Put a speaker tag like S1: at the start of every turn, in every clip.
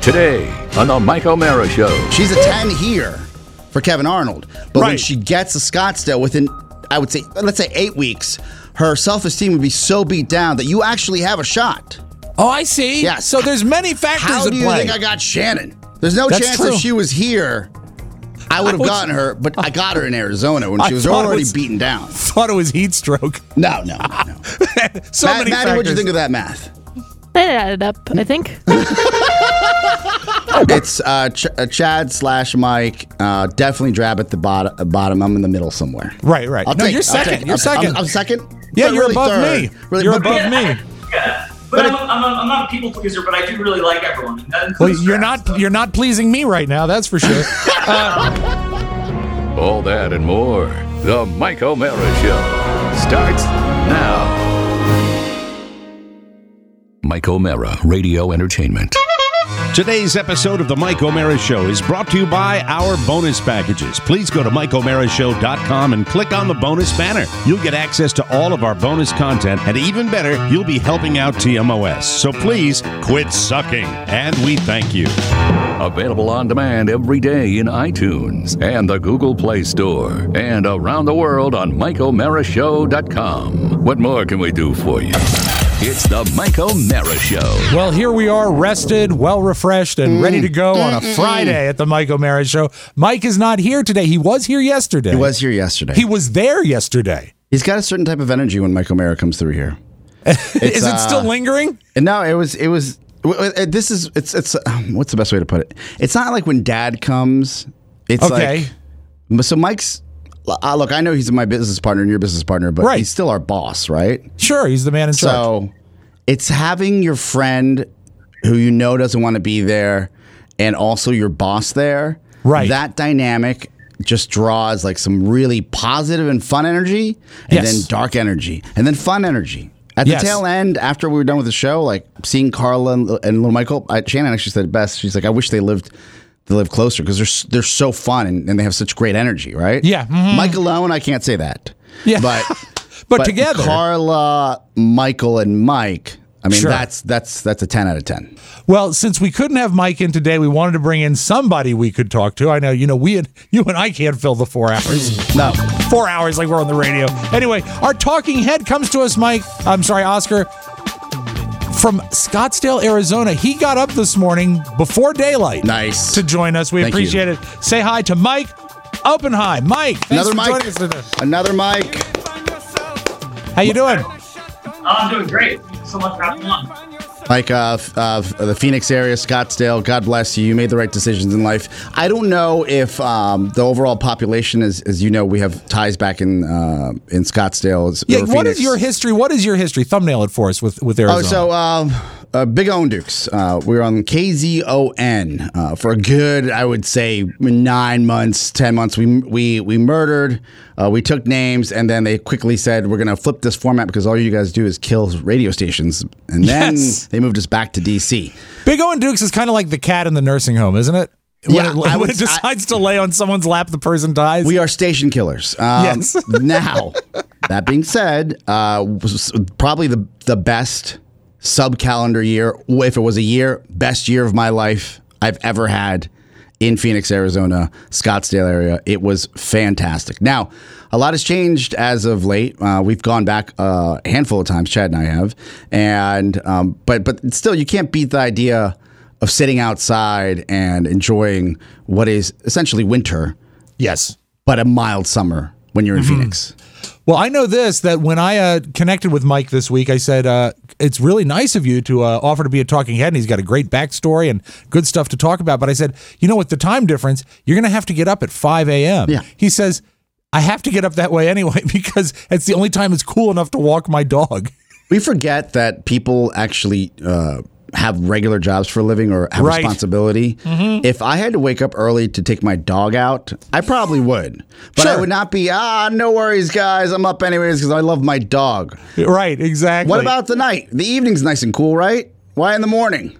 S1: Today on The Mike O'Mara Show.
S2: She's a 10 here for Kevin Arnold. But when
S3: Right.
S2: she gets to Scottsdale within, I would say, let's say eight weeks, her self esteem would be so beat down that you actually have a shot.
S3: Oh, I see.
S2: Yeah.
S3: So there's many factors
S2: How
S3: at
S2: do you
S3: play.
S2: think I got Shannon? There's no
S3: That's
S2: chance
S3: true.
S2: if she was here, I would have
S3: was-
S2: gotten her, but I got her in Arizona when
S3: I
S2: she was
S3: thought it
S2: already
S3: was-
S2: beaten down.
S3: Thought it was heat stroke.
S2: No, no, no. no.
S3: so
S2: Matt-
S3: many
S2: Maddie, what'd
S3: factors.
S2: you think of that math?
S4: That added up,
S2: Hmm.
S4: I think.
S2: It's uh, Ch- uh, Chad slash Mike. Uh, definitely Drab at the bot- uh, bottom. I'm in the middle somewhere.
S3: Right, right.
S2: I'll
S3: No,
S2: take-
S3: you're
S2: I'll
S3: second.
S2: take-
S3: You're
S2: I'm-
S3: second.
S2: I'm, I'm second.
S3: yeah,
S2: but
S3: you're
S2: really
S3: above
S2: third.
S3: me.
S2: Really,
S3: you're
S2: but-
S3: above me.
S5: Yeah, but I'm, I'm, I'm not a people pleaser, but I do really like everyone. and that
S3: Well,
S5: includes
S3: you're
S5: Travis,
S3: not
S5: so.
S3: you're not pleasing me right now. That's for sure.
S1: All that and more. The Mike O'Mara Show starts now. Mike O'Mara, Radio Entertainment.
S6: Today's episode of The Mike O'Mara Show is brought to you by our bonus packages. Please go to MikeO'MaraShow.com and click on the bonus banner. You'll get access to all of our bonus content, and even better, you'll be helping out TMOS. So please quit sucking, and we thank you.
S1: Available on demand every day in iTunes and the Google Play Store and around the world on MikeO'MaraShow.com. What more can we do for you? It's the Mike O'Mara Show.
S3: well, here we are, rested, well refreshed, and ready to go on a Friday at the Mike O'Mara Show. Mike is not here today. He was here yesterday.
S2: He was here yesterday.
S3: He was there yesterday.
S2: He's got a certain type of energy when Michael Mara comes through here.
S3: is it still lingering?
S2: And no, it was it was w- w- it- this is it's it's um, what's the best way to put it? It's not like when Dad comes. It's
S3: Okay.
S2: like but so Mike's. Uh, look, I know he's my business partner and your business partner, but
S3: Right.
S2: he's still our boss, right?
S3: sure, he's the man in charge.
S2: So it's having your friend who you know doesn't want to be there and also your boss there.
S3: Right.
S2: That dynamic just draws like some really positive and fun energy and
S3: Yes.
S2: then dark energy and then fun energy. At the
S3: Yes.
S2: tail end, after we were done with the show, like seeing Carla and, and little Michael, uh, Shannon actually said it best. She's like, I wish they lived. They live closer because they're s- they're so fun and, and they have such great energy, right?
S3: Yeah. Mhm.
S2: Mike alone, I can't say that.
S3: Yeah.
S2: but
S3: but, together,
S2: Carla, Michael, and Mike. I mean,
S3: Sure.
S2: that's that's that's a ten out of ten.
S3: Well, since we couldn't have Mike in today, we wanted to bring in somebody we could talk to. I know, you know, we and you and I can't fill the four hours.
S2: No,
S3: Four hours like we're on the radio. Anyway, our talking head comes to us, Mike. I'm sorry, Oscar. From Scottsdale, Arizona. He got up this morning before daylight.
S2: Nice.
S3: To join us. We
S2: Thank you.
S3: appreciate it. Say hi to Mike Oppenheim. Mike, thanks
S2: another
S3: for
S2: Mike,
S3: joining us today.
S2: another Mike.
S3: How you doing?
S5: Oh, I'm doing great. Thank you so much for having me on.
S2: Mike uh, f- uh, f- the Phoenix area, Scottsdale. God bless you. You made the right decisions in life. I don't know if um, the overall population, is, as you know, we have ties back in uh, in Scottsdale. is-
S3: Yeah,
S2: or
S3: what is
S2: Phoenix.
S3: your history? What is your history? Thumbnail it for us with, with Arizona.
S2: Oh, so um, uh, Big On Dukes. Uh, we were on KZON uh, for a good, I would say, nine months, ten months. We we we murdered. Uh, we took names, and then they quickly said we're going to flip this format because all you guys do is kill radio stations, and then
S3: Yes.
S2: they moved us back to DC.
S3: Big O and Dukes is kind of like the cat in the nursing home, isn't it? When
S2: Yeah,
S3: it, when
S2: I would-
S3: it decides to lay on someone's lap, the person dies.
S2: We are station killers. Um,
S3: Yes.
S2: now, that being said, uh, was probably the the best sub calendar year, if it was a year, best year of my life I've ever had in Phoenix, Arizona, Scottsdale area. It was fantastic. Now, a lot has changed as of late. Uh, we've gone back uh, a handful of times, Chad and I have, and um, but but still, you can't beat the idea. Of sitting outside and enjoying what is essentially winter,
S3: yes.
S2: but a mild summer when you're in
S3: Mm-hmm.
S2: Phoenix.
S3: Well, I know this that when I uh, connected with Mike this week, I said, uh, It's really nice of you to uh, offer to be a talking head, and he's got a great backstory and good stuff to talk about. But I said, You know, with the time difference, you're going to have to get up at 5 a.m.
S2: Yeah.
S3: He says, I have to get up that way anyway because it's the only time it's cool enough to walk my dog.
S2: We forget that people actually uh, have regular jobs for a living or have
S3: Right. Mm-hmm.
S2: responsibility. If I had to wake up early to take my dog out, I probably would, but I
S3: Sure.
S2: would not be. Ah, no worries, guys. I'm up anyways because I love my dog.
S3: right, exactly.
S2: What about the night? The evening's nice and cool, right? Why in the morning?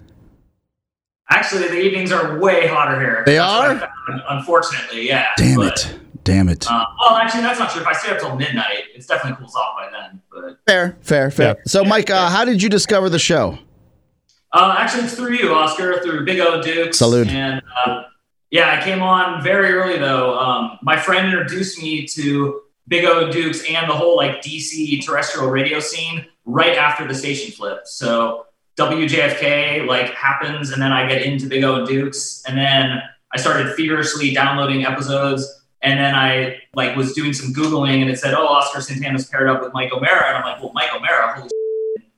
S5: Actually, the evenings are way hotter here.
S2: They
S5: That's what I
S2: are?
S5: found, Unfortunately, yeah.
S2: Damn
S5: but,
S2: it! Damn it!
S5: Uh, well, actually, that's not true. If I stay up till midnight, it's definitely cools off by then. But
S2: fair, fair, fair.
S3: Yeah.
S2: So, Mike, uh, how did you discover the show?
S5: Uh, actually, it's through you, Oscar, through Big O Dukes.
S2: Salute.
S5: And uh, yeah, I came on very early though. Um, my friend introduced me to Big O Dukes and the whole like DC terrestrial radio scene right after the station flip. So WJFK like happens, and then I get into Big O Dukes, and then I started feverishly downloading episodes. And then I like was doing some googling, and it said, "Oh, Oscar Santana's paired up with Mike O'Mara," and I'm like, "Well, Mike O'Mara, holy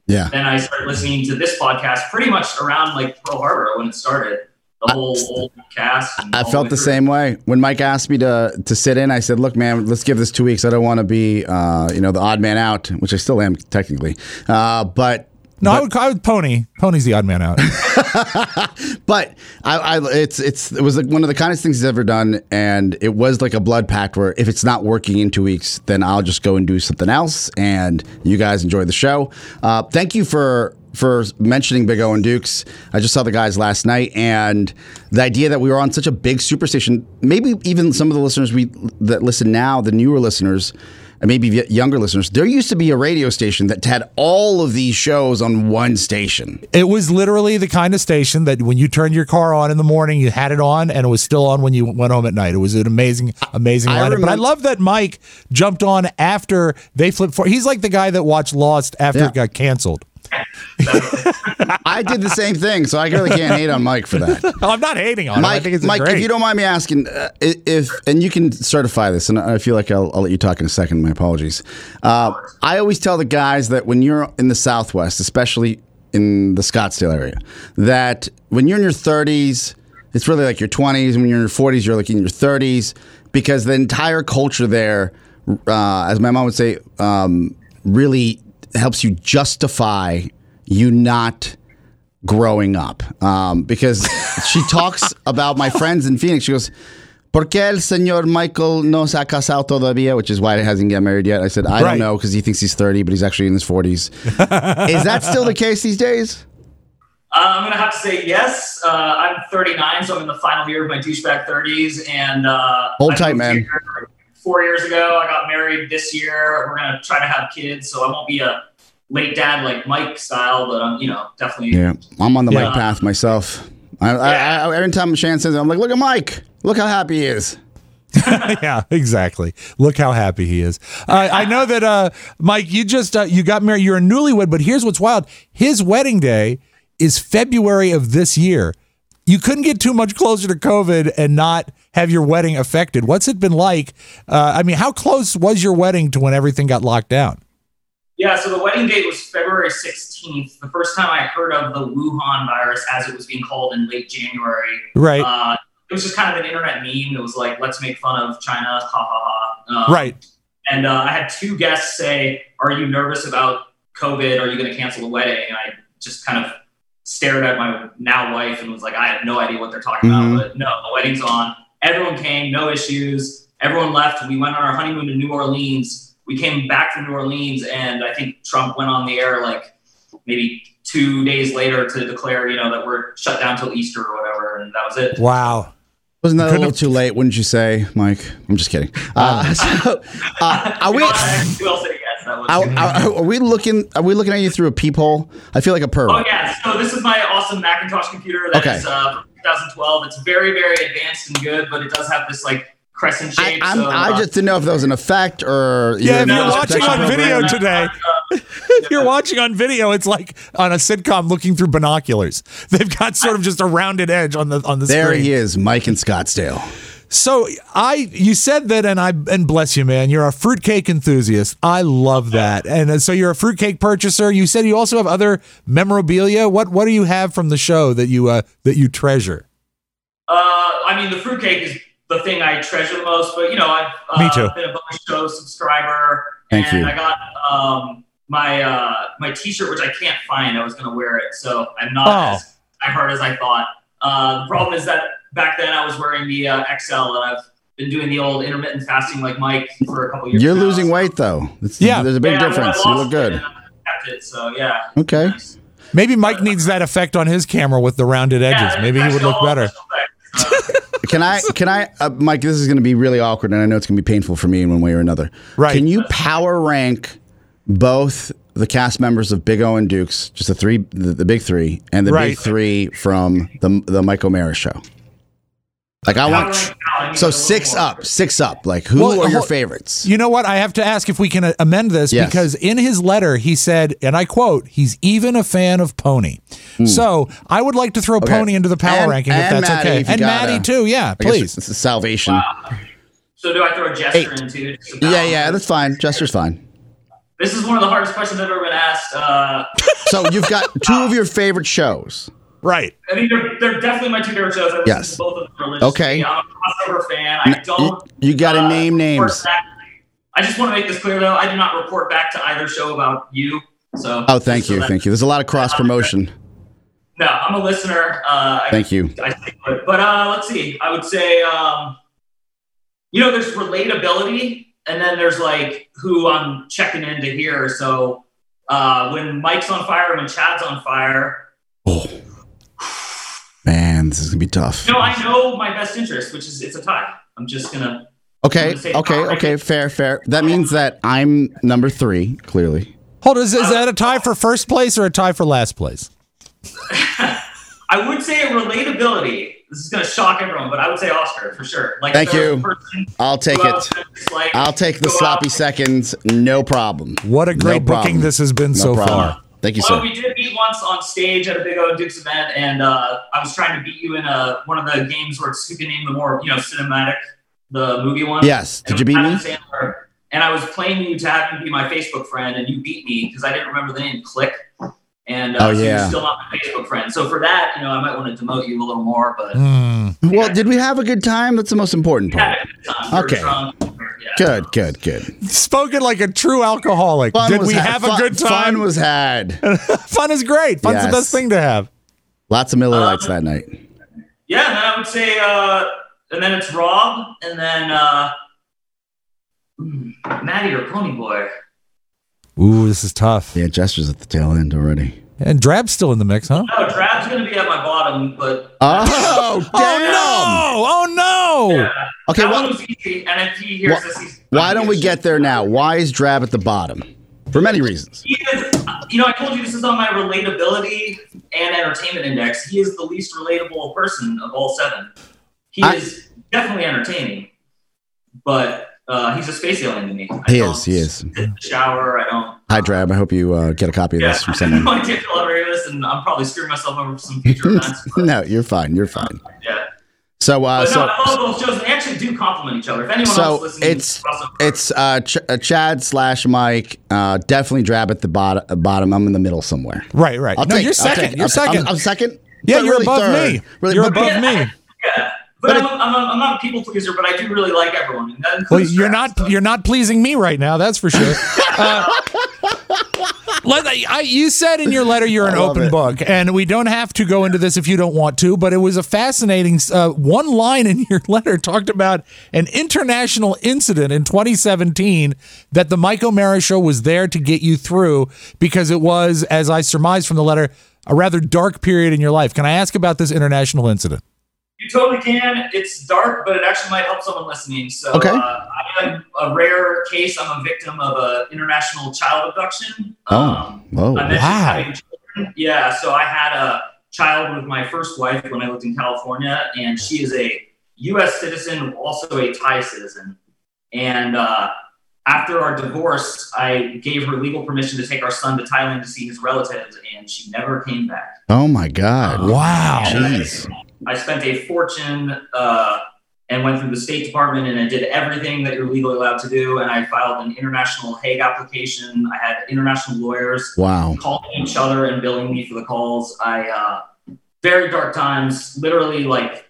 S2: Yeah.
S5: then I started listening to this podcast pretty much around like Pearl Harbor when it started. The whole old cast. and
S2: I
S5: all
S2: felt
S5: way
S2: the
S5: through.
S2: same way when Mike asked me to to sit in. I said, "Look, man, let's give this two weeks. I don't want to be, uh, you know, the odd man out, which I still am technically." Uh, but
S3: No, I would, I would pony. Pony's the odd man out.
S2: but I, I it's it's it was like one of the kindest things he's ever done, and it was like a blood pact where if it's not working in two weeks, then I'll just go and do something else. And you guys enjoy the show. Uh, thank you for for mentioning Big O and Dukes. I just saw the guys last night, and the idea that we were on such a big superstition, maybe even some of the listeners we that listen now, the newer listeners. And maybe y- younger listeners, there used to be a radio station that had all of these shows on one station.
S3: It was literally the kind of station that when you turned your car on in the morning, you had it on, and it was still on when you went home at night. It was an amazing, amazing
S2: I
S3: lineup. but I
S2: remem-
S3: love that Mike jumped on after they flipped. For- He's like the guy that watched Lost after
S2: Yeah.
S3: it got canceled.
S2: I did the same thing, so I really can't hate on Mike for that.
S3: Oh, I'm not hating on him. I
S2: Mike,
S3: think it's
S2: Mike,
S3: great.
S2: if you don't mind me asking, uh, i- if and you can certify this, and I feel like I'll, I'll let you talk in a second. My apologies. Uh, I always tell the guys that when you're in the Southwest, especially in the Scottsdale area, that when you're in your 30s, it's really like your 20s. When you're in your 40s, you're like in your 30s because the entire culture there, uh, as my mom would say, um, really helps you justify you not growing up um, because she talks about my friends in Phoenix. She goes, ¿Por qué el señor Michael no se ha casado todavía? Which is why he hasn't got married yet. I said, I
S3: Right.
S2: don't know because he thinks he's 30, but he's actually in his 40s. is that still the case these days?
S5: Uh, I'm going to have to say yes. Uh, I'm 39, so I'm in the final year of my douchebag 30s. And uh,
S2: Hold
S5: I
S2: tight,
S5: moved
S2: man.
S5: here Four years ago, I got married this year. We're going to try to have kids, so I won't be a late dad like Mike style, but I'm, you know, definitely.
S2: Yeah. I'm on the
S3: Yeah.
S2: Mike path myself. I, I, I, every time Shan says it, I'm like, look at Mike. Look how happy he is.
S3: yeah, exactly. Look how happy he is. Uh, I know that uh, Mike, you just uh, you got married. You're a newlywed, but here's what's wild: his wedding day is February of this year. You couldn't get too much closer to COVID and not have your wedding affected. What's it been like? Uh, I mean, how close was your wedding to when everything got locked down?
S5: Yeah, so the wedding date was February 16th, the first time I heard of the Wuhan virus as it was being called in late January.
S3: Right,
S5: Uh, it was just kind of an internet meme that was like, let's make fun of China, ha ha ha. Um,
S3: right.
S5: And uh, I had two guests say, Are you nervous about COVID? Are you going to cancel the wedding? And I just kind of stared at my now wife and was like, I have no idea what they're talking
S2: Mhm.
S5: about. But no, the wedding's on. Everyone came, no issues. Everyone left. We went on our honeymoon to New Orleans. We came back from New Orleans, and I think Trump went on the air like maybe two days later to declare, you know, that we're shut down till Easter or whatever. And that was it.
S3: Wow.
S2: Wasn't that a
S3: Couldn't
S2: little
S3: have-
S2: too late, wouldn't you say, Mike? I'm just kidding. Uh, so, uh, are we.
S5: Who else did it guess? That was
S2: Are, are, are we looking? Are we looking at you through a peephole? I feel like a pervert.
S5: Oh yeah, so this is my awesome Macintosh computer that is
S2: Okay.
S5: uh, from 2012. It's very very advanced and good, but it does have this like crescent
S2: I,
S5: shape.
S2: I'm,
S5: so,
S2: I
S5: uh,
S2: just didn't know if that was an effect or you
S3: Yeah, if
S2: know,
S3: you're
S2: it's
S3: watching
S2: protection
S3: on
S2: program.
S3: video today, if you're watching on video, it's like on a sitcom looking through binoculars. They've got sort of just a rounded edge on the on the
S2: There
S3: screen.
S2: he is, Mike in Scottsdale.
S3: So I, you said that, and I, and bless you, man. You're a fruitcake enthusiast. I love that, and uh, so you're a fruitcake purchaser. You said you also have other memorabilia. What what do you have from the show that you uh, that you treasure?
S5: Uh, I mean, the fruitcake is the thing I treasure most, but you know, I've uh,
S3: Me too.
S5: been a Bonus Show subscriber,
S2: Thank
S5: and
S2: you.
S5: I got um, my uh, my T-shirt, which I can't find. I was going to wear it, so I'm not
S3: Oh.
S5: as hard as I thought. Uh, the problem is that back then I was wearing the uh, XL, and I've been doing the old intermittent fasting like Mike for a couple years.
S2: You're
S5: now,
S2: losing
S5: so-
S2: weight though. It's,
S3: Yeah.
S2: there's a big
S5: Yeah, well, I
S2: difference. You
S5: lost
S2: look good.
S5: It and I kept it, so yeah.
S2: Okay.
S3: Maybe Mike needs that effect on his camera with the rounded edges.
S5: Yeah,
S3: Maybe he would look
S5: special-
S3: better.
S5: special effects.
S2: Can I? Can I, uh, Mike? This is going to be really awkward, and I know it's going to be painful for me in one way or another.
S3: Right.
S2: Can you power rank both the cast members of Big O and Dukes, just the three, the, the big three, and the
S3: Right.
S2: big three from the the Michael Mara show. Like I
S5: Not
S2: want,
S5: right now, I need a
S2: so
S5: little
S2: six
S5: more.
S2: up, six up. Like who
S3: Well,
S2: are your
S3: hold-
S2: favorites?
S3: You know what? I have to ask if we can uh, amend this
S2: Yes.
S3: because in his letter he said, and I quote, "He's even a fan of Pony." So I would like to throw Pony into the power
S2: Hmm. And-
S3: ranking if
S2: and
S3: that's
S2: Maddie,
S3: okay,
S2: if you
S3: and
S2: gotta.
S3: Maddie too. Yeah,
S2: I guess
S3: please.
S2: it's salvation.
S5: So do I throw Jester
S2: Eight.
S5: in too? just to
S2: Yeah,
S5: balance?
S2: yeah, that's fine. Jester's fine.
S5: This is one of the hardest questions I've ever been asked. Uh,
S2: So you've got two of your favorite shows.
S3: Right.
S5: I mean, they're, they're definitely my two favorite shows. I listen
S2: Yes.
S5: to both of them religiously.
S2: Okay.
S5: I'm a crossover fan. I
S2: You,
S5: don't.
S2: you got to
S5: uh,
S2: name
S5: report
S2: names.
S5: back. I just want to make this clear, though. I do not report back to either show about you. So.
S2: Oh, thank you, thank you. There's a lot of cross promotion.
S5: No, I'm a listener. Uh, I-
S2: Thank you.
S5: I think, but, but uh, let's see. I would say, um, you know, there's relatability, and then there's like who I'm checking in to hear. So uh, when Mike's on fire, when Chad's on fire,
S2: Man, this is gonna be tough.
S5: you know, I know my best interest, which is it's a tie. I'm just gonna.
S2: Okay,
S5: gonna say
S2: okay,
S5: five.
S2: okay. Fair, fair. That means that I'm number three, clearly.
S3: Hold on. Is, is that a tie for first place or a tie for last place?
S5: I would say relatability. This is gonna shock everyone, but I would say Oscar for sure. Like
S2: Thank
S5: third
S2: you.
S5: person
S2: I'll take
S5: who I was
S2: it.
S5: gonna dislike,
S2: I'll take
S5: go
S2: the
S5: out
S2: sloppy
S5: and-
S2: seconds. No problem.
S3: What a
S2: No
S3: great booking
S2: problem.
S3: this has been
S2: No
S3: so
S2: problem.
S3: far.
S2: Thank you,
S5: Although
S2: sir.
S5: we did meet once on stage at a big O Dukes event, and uh, I was trying to beat you in a, one of the games where it's who can name the more you know cinematic, the movie one.
S2: Yes.
S5: And
S2: Did you
S5: it
S2: beat me?
S5: was Adam Sandler, and I was playing you to have you be my Facebook friend, and you beat me because I didn't remember the name Click. And uh,
S2: Oh,
S5: so
S2: yeah.
S5: you're still not my Facebook friend. So for that, you know, I might want to demote you a little more, but
S3: Hmm.
S2: Well, did we have a good time? That's the most important
S5: Yeah,
S2: part.
S5: it's not- we're
S2: Okay.
S5: drunk, yeah.
S2: Good, good, good.
S3: Spoken like a true alcoholic.
S2: Fun
S3: Did
S2: was
S3: we
S2: had.
S3: have
S2: Fun-
S3: a good time?
S2: Fun was had.
S3: Fun is great. Fun's the
S2: Yes.
S3: best thing to have.
S2: Lots of
S5: Uh,
S2: Miller Lights that night.
S5: Yeah, and then I would say, uh, and then it's Rob, and then uh, hmm, Maddie or Pony Boy.
S3: Ooh, this is tough.
S2: Yeah, Jester's at the tail end already.
S3: And Drab's still in the mix, huh?
S5: No, Drab's gonna be at my bottom, but
S2: Oh, damn!
S3: Oh no! Oh no!
S2: Okay,
S5: that
S2: well,
S5: one was easy. And if he hears
S2: Wha-
S5: this, he's
S2: Why don't we get there now? Why is Drab at the bottom? For many reasons.
S5: He is, you know, I told you this is on my relatability and entertainment index. He is the least relatable person of all seven. He
S2: I-
S5: is definitely entertaining, but uh, he's a space alien to me. I
S2: He
S5: don't
S2: is, he is.
S5: sit in the shower. I don't.
S2: Hi, Drab. I hope you uh, get a copy of
S5: Yeah,
S2: this from
S5: I have no
S2: someone.
S5: idea if you'll ever hear this, and I'm probably screwing myself over for some future events. But,
S2: no, you're fine. You're fine.
S5: yeah.
S2: So,
S5: But
S2: uh,
S5: no,
S2: so,
S5: I love those shows. They actually do complement each other. If anyone else
S2: so
S5: listening,
S2: it's
S5: Russell-
S2: it's uh, Ch- uh, Chad slash Mike. Uh, definitely Drab at the bot- uh, bottom. I'm in the middle somewhere.
S3: Right, right.
S2: I'll
S3: no,
S2: take,
S3: you're
S2: I'll
S3: 2nd
S2: take-
S3: you're
S2: I'll-
S3: second.
S2: I'm, I'm second.
S3: yeah,
S2: but
S3: you're
S2: really
S3: above
S2: third.
S3: me.
S2: Really,
S3: you're
S2: but-
S3: above
S5: Yeah.
S3: me.
S5: Yeah, but,
S2: But
S5: I'm, I'm, I'm, I'm not a people pleaser, but I do really like everyone. And that
S3: Well,
S5: includes
S3: you're
S5: Travis,
S3: not you're not pleasing me right now. That's for sure. Uh, let- I- I- you said in your letter you're an
S2: love
S3: open
S2: it.
S3: book, and we don't have to go into this if you don't want to. But it was a fascinating uh, one line in your letter talked about an international incident in 2017 that the Mike O'Mara show was there to get you through because it was, as I surmised from the letter, a rather dark period in your life. Can I ask about this international incident?
S5: You totally can. It's dark, but it actually might help someone listening. So
S2: Okay.
S5: uh, I am a rare case. I'm a victim of an international child abduction.
S2: Oh,
S5: I
S2: whoa.
S5: mentioned
S3: wow.
S5: having children. Yeah, so I had a child with my first wife when I lived in California, and she is a U.S. citizen, also a Thai citizen. And uh, after our divorce, I gave her legal permission to take our son to Thailand to see his relatives, and she never came back.
S2: Oh, my God.
S3: Wow.
S2: Jeez.
S5: I spent a fortune uh, and went through the State Department and I did everything that you're legally allowed to do. And I filed an international Hague application. I had international lawyers
S2: Wow.
S5: calling each other and billing me for the calls. I uh, very dark times, literally like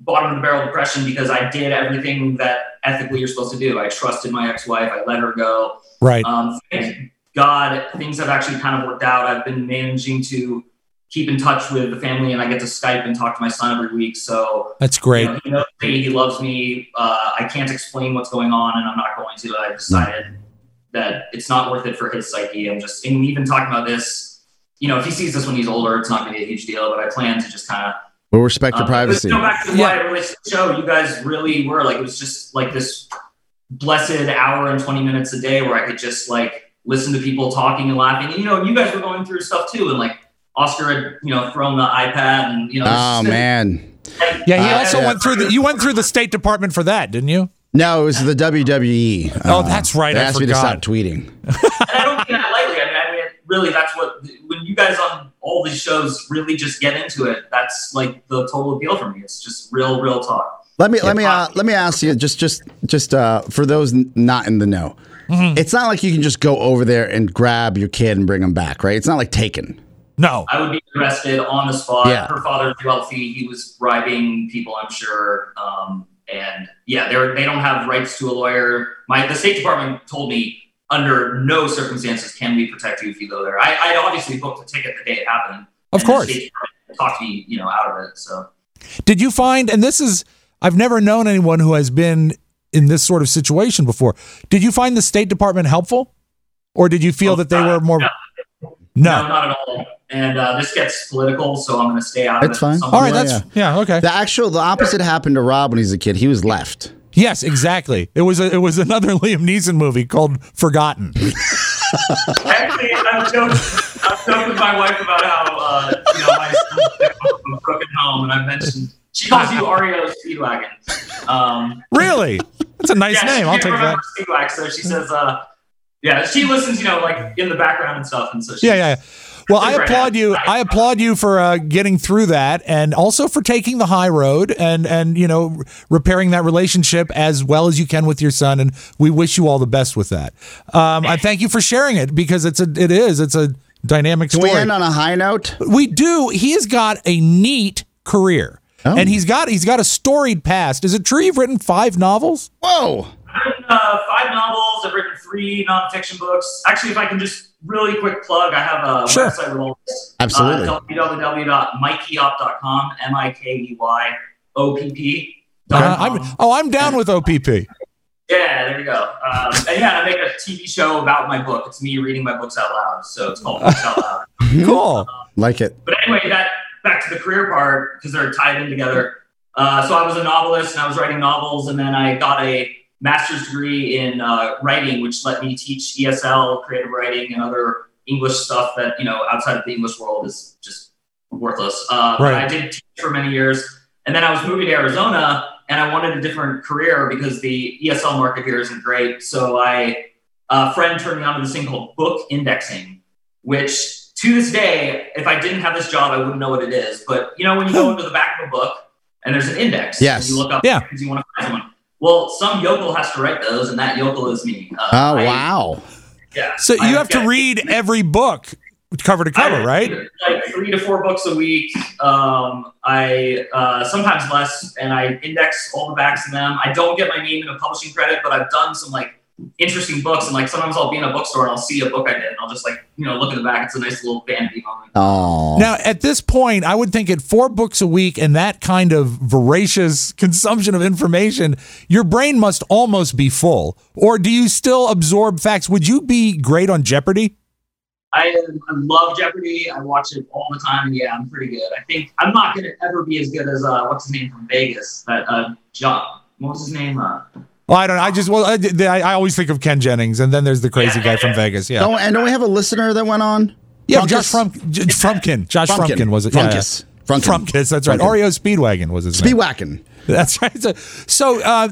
S5: bottom of the barrel depression because I did everything that ethically you're supposed to do. I trusted my ex-wife. I let her go.
S3: Right.
S5: Um, thank God, things have actually kind of worked out. I've been managing to keep in touch with the family, and I get to Skype and talk to my son every week. So
S3: That's
S5: you
S3: great.
S5: know, he knows me, he loves me. Uh, I can't explain what's going on, and I'm not going to. I've decided that it's not worth it for his psyche. I'm just, and even talking about this, you know, if he sees this when he's older, it's not going to be a huge deal. But I plan to just kind of
S2: We'll respect your
S5: um, let's
S2: privacy.
S5: Go back to
S3: Yeah.
S5: why it relates to the show. You guys really were like it was just like this blessed hour and twenty minutes a day where I could just like listen to people talking and laughing. And you know, you guys were going through stuff too, and like Oscar had you know thrown the iPad and you know.
S2: Oh man.
S3: Yeah, he
S5: Uh,
S3: also
S5: yeah.
S3: went through the. You went through the State Department for that, didn't you?
S2: No, it was the E, WWE.
S3: Oh, that's right,
S2: They
S3: I
S2: asked me to
S3: forgot.
S2: stop tweeting.
S5: and I don't mean that lightly. I mean, I mean, really, that's what when you guys on all these shows really just get into it. That's like the total appeal for me. It's just real, real talk.
S2: Let me let me uh, let me ask you just just just uh, for those n- not in the know.
S3: Mm-hmm.
S2: It's not like you can just go over there and grab your kid and bring him back, right? It's not like taken.
S3: No.
S5: I would be arrested on the spot.
S2: Yeah.
S5: Her father, wealthy, he was bribing people, I'm sure. Um, and yeah, they are they don't have rights to a lawyer. My the State Department told me under no circumstances can we protect you if you go there. I I obviously booked a ticket the day it happened.
S3: Of
S5: and the
S3: course.
S5: State Department talked me, you know, out of it. So
S3: Did you find? And this is. I've never known anyone who has been in this sort of situation before. Did you find the State Department helpful, or did you feel
S5: Oh,
S3: that they
S5: uh,
S3: were more?
S5: no.
S3: No.
S5: not at all. And uh, this gets political, so I'm going to stay out of
S2: That's
S5: it.
S2: fine.
S5: Some-
S3: All right.
S2: Yeah,
S3: that's yeah. Okay.
S2: The actual the opposite happened to Rob when he was a kid. He was left.
S3: yes. Exactly. It was a, it was another Liam Neeson movie called Forgotten.
S5: Actually, I've joked, I've joked with my wife about how uh, you know my son's from a broken home, and I mentioned she calls you Oreo Speedwagon. Um,
S3: really? That's a nice
S5: yeah,
S3: name.
S5: she
S3: I'll
S5: can't
S3: take that.
S5: remember Speedwagon, so she says, uh, "Yeah, she listens, you know, like in the background and stuff." And so she,
S3: Yeah, yeah. yeah. Well, I
S5: Right.
S3: applaud you. I applaud you for uh, getting through that, and also for taking the high road and and you know r- repairing that relationship as well as you can with your son. And we wish you all the best with that. Um, I thank you for sharing it because it's a it is it's a dynamic
S2: Can
S3: story.
S2: we end on a high note?
S3: We do. He has got a neat career,
S2: Oh.
S3: and he's got he's got a storied past. Is it true you've written five novels?
S2: Whoa.
S5: I've written uh, five novels. I've written three nonfiction books. Actually, if I can just really quick plug, I have a
S3: Sure.
S5: website with all this.
S2: Absolutely.
S5: Uh, www.mikeyop.com, M I K E Y O P P.
S3: Uh, I'm, oh, I'm down with OPP.
S5: Yeah, there you go. Um, and yeah, I make a TV show about my book. It's me reading my books out loud. So it's called Books Out Loud.
S3: Cool.
S2: Like it.
S5: But anyway, that back to the career part because they're tied in together. Uh, so I was a novelist and I was writing novels, and then I got a master's degree in uh, writing, which let me teach ESL, creative writing, and other English stuff that you know outside of the English world is just worthless. Uh, but
S3: Right.
S5: I did teach for many years, and then I was moving to Arizona, and I wanted a different career because the ESL market here isn't great. So I a friend turned me on to this thing called book indexing, which to this day, if I didn't have this job, I wouldn't know what it is. But you know, when you go into the back of a book and there's an index,
S2: Yes.
S5: and you look up
S3: Hmm. Yeah.
S5: because you want to find someone. Well, some yokel has to write those, and that yokel is me. Uh,
S2: Oh
S5: I-
S2: wow.
S5: yeah,
S3: So
S5: I-
S3: you have to
S5: yeah.
S3: read every book cover to
S5: I
S3: cover, right?
S5: read, Like three to four books a week. Um, I uh, sometimes less, and I index all the backs in them. I don't get my name in a publishing credit, but I've done some like interesting books, and like sometimes I'll be in a bookstore and I'll see a book I did, and I'll just like you know look at the back. It's a nice little vanity moment.
S2: Oh.
S3: Now, at this point, I would think at four books a week and that kind of voracious consumption of information, your brain must almost be full. Or do you still absorb facts? Would you be great on Jeopardy?
S5: I, I love Jeopardy. I watch it all the time. Yeah, I'm pretty good. I think I'm not gonna ever be as good as uh, what's his name from Vegas, that uh, John. What was his name? Uh,
S3: Well, I don't know. I just, well, I, I always think of Ken Jennings and then there's the crazy guy from Vegas. Yeah.
S2: Don't, and don't we have a listener that went on?
S3: yeah,
S2: Funkus?
S3: Josh Frum, J- Frumkin. Josh Frumkin, was it? Yeah,
S2: Frumkus.
S3: Yeah.
S2: Frumkin.
S3: Frumkus, that's right.
S2: Frumkin.
S3: Oreo Speedwagon was his name.
S2: Be whacking.
S3: That's right. So, so uh,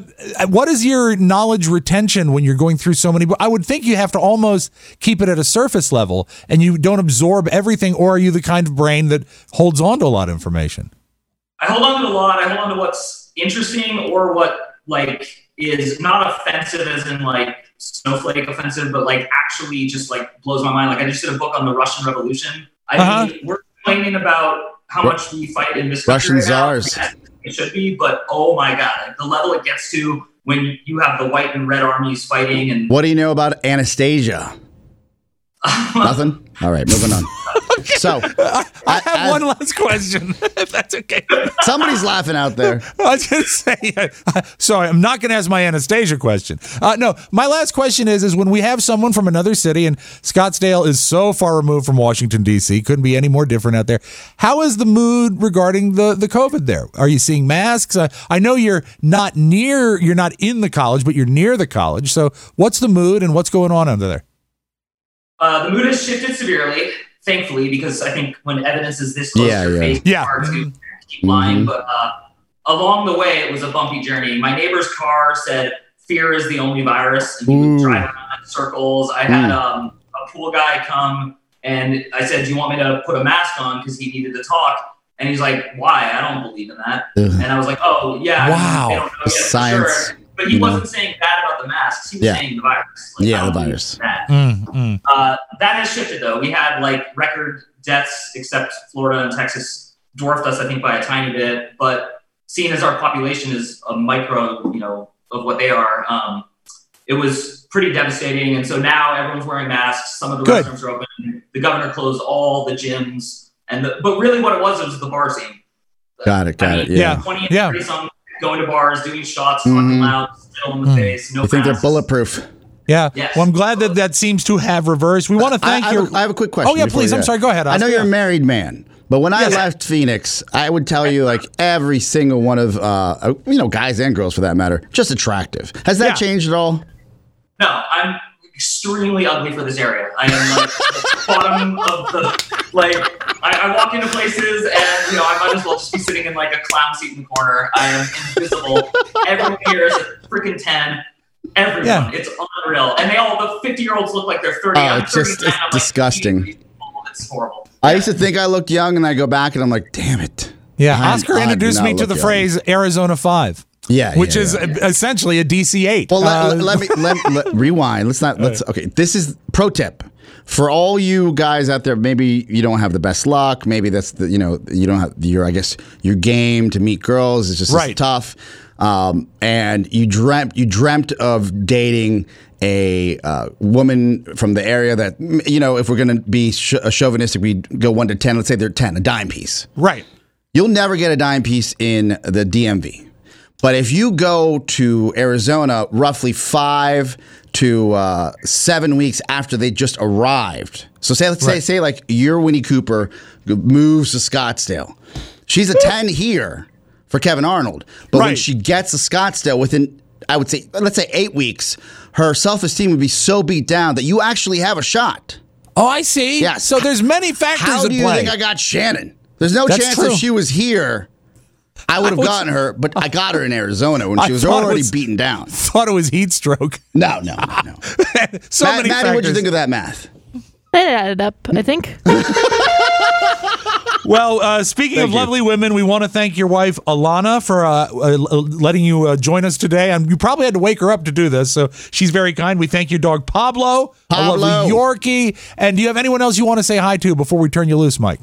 S3: what is your knowledge retention when you're going through so many? bo- I would think you have to almost keep it at a surface level, and you don't absorb everything. Or are you the kind of brain that holds on to a lot of information?
S5: I hold on to a lot. I hold on to what's interesting or what like is not offensive, as in like snowflake offensive, but like actually just like blows my mind. Like I just did a book on the Russian Revolution. I
S3: Uh-huh.
S5: mean, we're complaining about how
S2: Ru-
S5: much we fight in this
S2: Russian
S5: country right now.
S2: czars.
S5: Yes, It should be, but oh my god, the level it gets to when you have the white and red armies fighting and
S2: What do you know about Anastasia? Nothing? All right, moving on. So
S3: I have
S2: I-
S3: one last question, if that's okay. I
S2: somebody's laughing out there.
S3: was going to say, uh, sorry, I'm not going to ask my Anastasia question. Uh, no, my last question is: is when we have someone from another city, and Scottsdale is so far removed from Washington D.C., couldn't be any more different out there. How is the mood regarding the the COVID there? Are you seeing masks? Uh, I know you're not near, you're not in the college, but you're near the college. So, what's the mood and what's going on under there?
S5: Uh, the mood has shifted severely, thankfully, because I think when evidence is this close
S2: Yeah,
S5: to your
S2: yeah.
S5: face,
S3: Yeah. Mm-hmm.
S5: it's hard to keep lying. But uh, along the way, it was a bumpy journey. My neighbor's car said, "Fear is the only virus," and he
S2: Ooh. Hmm.
S5: would drive around in circles. I had um, a pool guy come and I said, "Do you want me to put a mask on?" Because he needed to talk. And he's like, "Why? I don't believe in that."
S2: Ugh.
S5: And I was like, "Oh yeah,
S3: Wow.
S5: I don't know yet for
S2: Science,
S5: sure." But he
S2: you know.
S5: wasn't saying bad about the masks. He was
S2: Yeah.
S5: saying the virus. Like, um,
S2: Yeah,
S5: I don't
S2: the
S5: believe
S2: virus.
S5: in That.
S7: Hmm.
S3: Mm,
S8: Mm-hmm.
S2: Hmm.
S3: mm.
S5: Uh, that has shifted though. We had like record deaths, except Florida and Texas dwarfed us, I think, by a tiny bit. But seeing as our population is a micro, you know, of what they are, um, it was pretty devastating. And so now everyone's wearing masks. Some of the
S3: Good.
S5: restaurants are open. The governor closed all the gyms, and the, but really, what it was it was the bar scene.
S2: Got it. Got
S5: I
S2: it.
S5: mean,
S2: Yeah.
S3: Yeah.
S5: 20 and
S3: Yeah. Mm-hmm.
S5: 30 some going to bars, doing shots,
S2: Mhm.
S5: fucking loud, still in the
S3: Mm.
S5: face. No
S2: I think they're
S5: masks.
S2: bulletproof.
S3: Yeah.
S5: Yes.
S3: Well, I'm glad that that seems to have reversed. We want to thank
S2: I, I
S3: you.
S2: Have a, I have a quick question.
S3: Oh, yeah,
S2: before
S3: please.
S2: you
S3: I'm
S2: go.
S3: sorry. Go ahead.
S2: I know
S3: Oscar.
S2: you're a married man, but when I left Phoenix, I would tell you like every single one of uh, you know guys and girls for that matter, just attractive. Has that
S3: Yeah.
S2: changed at all?
S5: No, I'm extremely ugly for this area. I am like the bottom of the like. I, I walk into places and you know I might as well just be sitting in like a clown seat in the corner. I am invisible. Everyone here is a freaking ten. Everyone,
S3: Yeah.
S5: it's unreal, and they all the fifty year olds look like they're thirty.
S2: Oh,
S5: I'm
S2: it's just-
S5: 39.
S2: it's
S5: I'm like,
S2: disgusting.
S5: "Geez, It's horrible.
S2: I used to think I looked young, and I go back and I'm like, damn it.
S3: Yeah.
S2: I'm-
S3: Oscar
S2: I do
S3: introduced
S2: not
S3: me to
S2: look
S3: the
S2: young.
S3: phrase Arizona 5,
S2: Yeah,
S3: which
S2: yeah,
S3: is
S2: yeah.
S3: essentially a DC8.
S2: Well, let,
S3: Uh,
S2: let- let me let, let- rewind. Let's not. Let's okay. This is pro tip for all you guys out there. Maybe you don't have the best luck. Maybe that's the you know you don't have your I guess your game to meet girls is just
S3: Right.
S2: tough. Um, and you dreamt you dreamt of dating a uh, woman from the area that mm, you know if we're gonna be sh- uh, chauvinistic, we go one to ten. Let's say they're ten, a dime piece.
S3: Right.
S2: You'll never get a dime piece in the DMV. But if you go to Arizona roughly five to uh, seven weeks after they just arrived, so say let's say say like your Winnie Cooper moves to Scottsdale, she's a ten here for Kevin Arnold, but when
S3: Right.
S2: she gets to Scottsdale within I would say let's say eight weeks, her self esteem would be so beat down that you actually have a shot.
S3: Oh, I see.
S2: Yes.
S3: So there's many factors
S2: How
S3: at
S2: do you
S3: play.
S2: think I got Shannon? There's no
S3: That's
S2: chance
S3: true.
S2: if she was here, I would have
S3: was-
S2: gotten her, but I got her in Arizona when
S3: I
S2: she was
S3: thought it
S2: already
S3: was-
S2: beaten down.
S3: thought it was heat stroke.
S2: No, no, no, no.
S3: so
S2: Matt,
S3: many
S2: Maddie,
S3: factors.
S2: what'd you think of that math?
S4: That added up,
S2: Hmm.
S4: I think.
S3: Well, uh, speaking of
S2: you.
S3: lovely women, we want to thank your wife Alana for uh, uh, l- letting you uh, join us today. And you probably had to wake her up to do this, so she's very kind. We thank your dog Pablo, a lovely
S2: Pablo.
S3: Yorkie. And do you have anyone else you want to say hi to before we turn you loose, Mike?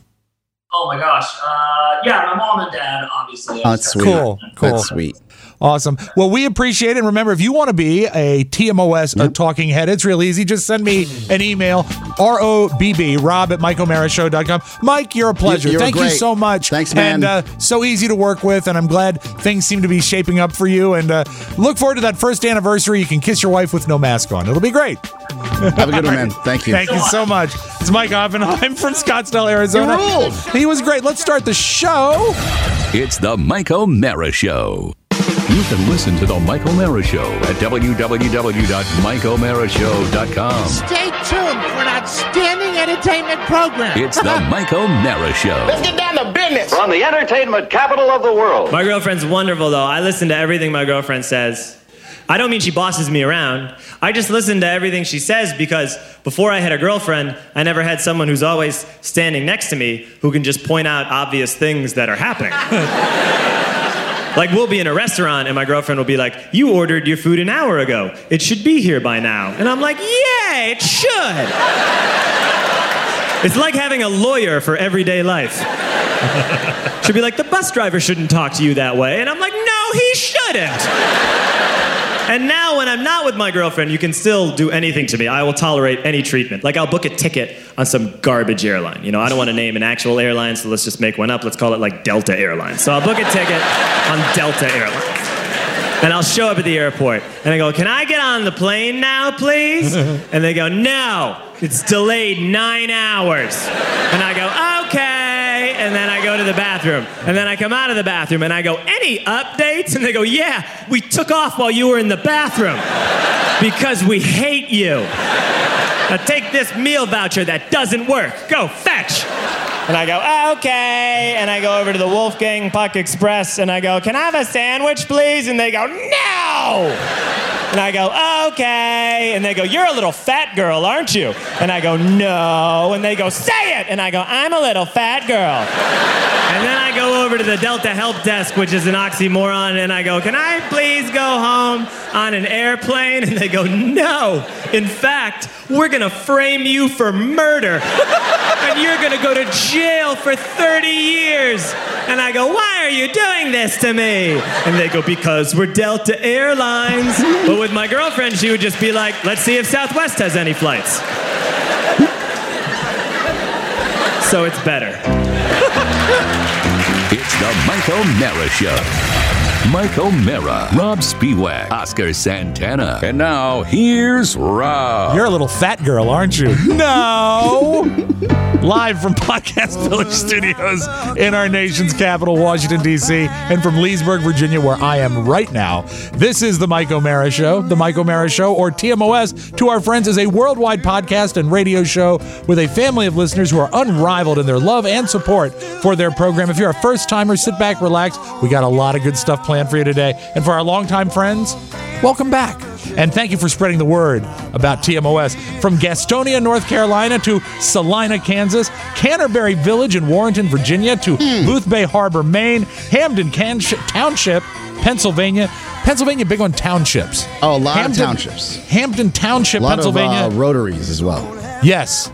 S5: Oh my gosh. Uh, yeah, my mom and dad, obviously.
S2: Oh, that's sweet.
S3: Cool, cool.
S2: That's sweet.
S3: Awesome. Well, we appreciate it. And remember, if you want to be a TMOS a talking head, it's real easy. Just send me an email, R-O-B-B, rob at michaelmarishow.com. Mike, you're a pleasure.
S2: You- you were
S3: Thank you
S2: great.
S3: so much.
S2: Thanks,
S3: And
S2: man.
S3: uh, so easy to work with. And I'm glad things seem to be shaping up for you. And uh, look forward to that first anniversary. You can kiss your wife with no mask on. It'll be great.
S2: Have a good one, man. Thank you.
S3: Thank you so much. It's Mike Oppenheim from Scottsdale, Arizona.
S2: You ruled.
S3: He was great. Let's start the show.
S1: It's the Mike O'Mara Show. You can listen to the Mike O'Mara Show at www.mikeomarashow.com.
S9: Stay tuned for an outstanding entertainment program.
S1: It's the Mike O'Mara Show.
S9: Let's get down to business.
S10: from the entertainment capital of the world.
S7: My girlfriend's wonderful, though. I listen to everything my girlfriend says. I don't mean she bosses me around. I just listen to everything she says because before I had a girlfriend, I never had someone who's always standing next to me who can just point out obvious things that are happening. like, we'll be in a restaurant and my girlfriend will be like, You ordered your food an hour ago. It should be here by now. And I'm like, Yeah, it should. it's like having a lawyer for everyday life. She'd be like, the bus driver shouldn't talk to you that way. And I'm like, no, he shouldn't. and now, when I'm not with my girlfriend, you can still do anything to me. I will tolerate any treatment. Like, I'll book a ticket on some garbage airline. You know, I don't want to name an actual airline, so let's just make one up. Let's call it like Delta Airlines. So I'll book a ticket on Delta Airlines. And I'll show up at the airport and I go, Can I get on the plane now, please? and they go, No, it's delayed nine hours. And I go, Okay. And then I go to the bathroom. And then I come out of the bathroom and I go, Any updates? And they go, Yeah, we took off while you were in the bathroom because we hate you. Now take this meal voucher that doesn't work. Go fetch. And I go, "Oh, okay. And I go over to the Wolfgang Puck Express and I go, can I have a sandwich, please? And they go, no. And I go, "Oh, okay. And they go, you're a little fat girl, aren't you? And I go, no. And they go, say it. And I go, I'm a little fat girl. And then I go over to the Delta Help Desk, which is an oxymoron, and I go, Can I please go home on an airplane? And they go, No. In fact, we're going to frame you for murder. and you're going to go to jail for 30 years. And I go, Why are you doing this to me? And they go, Because we're Delta Airlines. but with my girlfriend, she would just be like, Let's see if Southwest has any flights. so it's better.
S1: It's the Mike O'Mara Show. Mike O'Mara, Rob Spiewak, Oscar Santana, and now here's Rob.
S3: You're a little fat girl, aren't you? No. Live from Podcast Village Studios in our nation's capital, Washington, D.C., and from Leesburg, Virginia, where I am right now. This is The Mike O'Mara Show. The Mike O'Mara Show, or TMOS, to our friends, is a worldwide podcast and radio show with a family of listeners who are unrivaled in their love and support for their program. If you're a first timer, sit back, relax. We got a lot of good stuff planned for you today. And for our longtime friends, welcome back. And thank you for spreading the word about TMOS. From Gastonia, North Carolina to Salina, Kansas, Canterbury Village in Warrenton, Virginia to
S2: Hmm.
S3: Booth Bay Harbor, Maine, Hamden Can- Township, Pennsylvania. Pennsylvania, big on townships.
S2: Oh, a lot of townships.
S3: Hampton Township,
S2: A lot
S3: Pennsylvania.
S2: of uh, rotaries as well.
S3: Yes.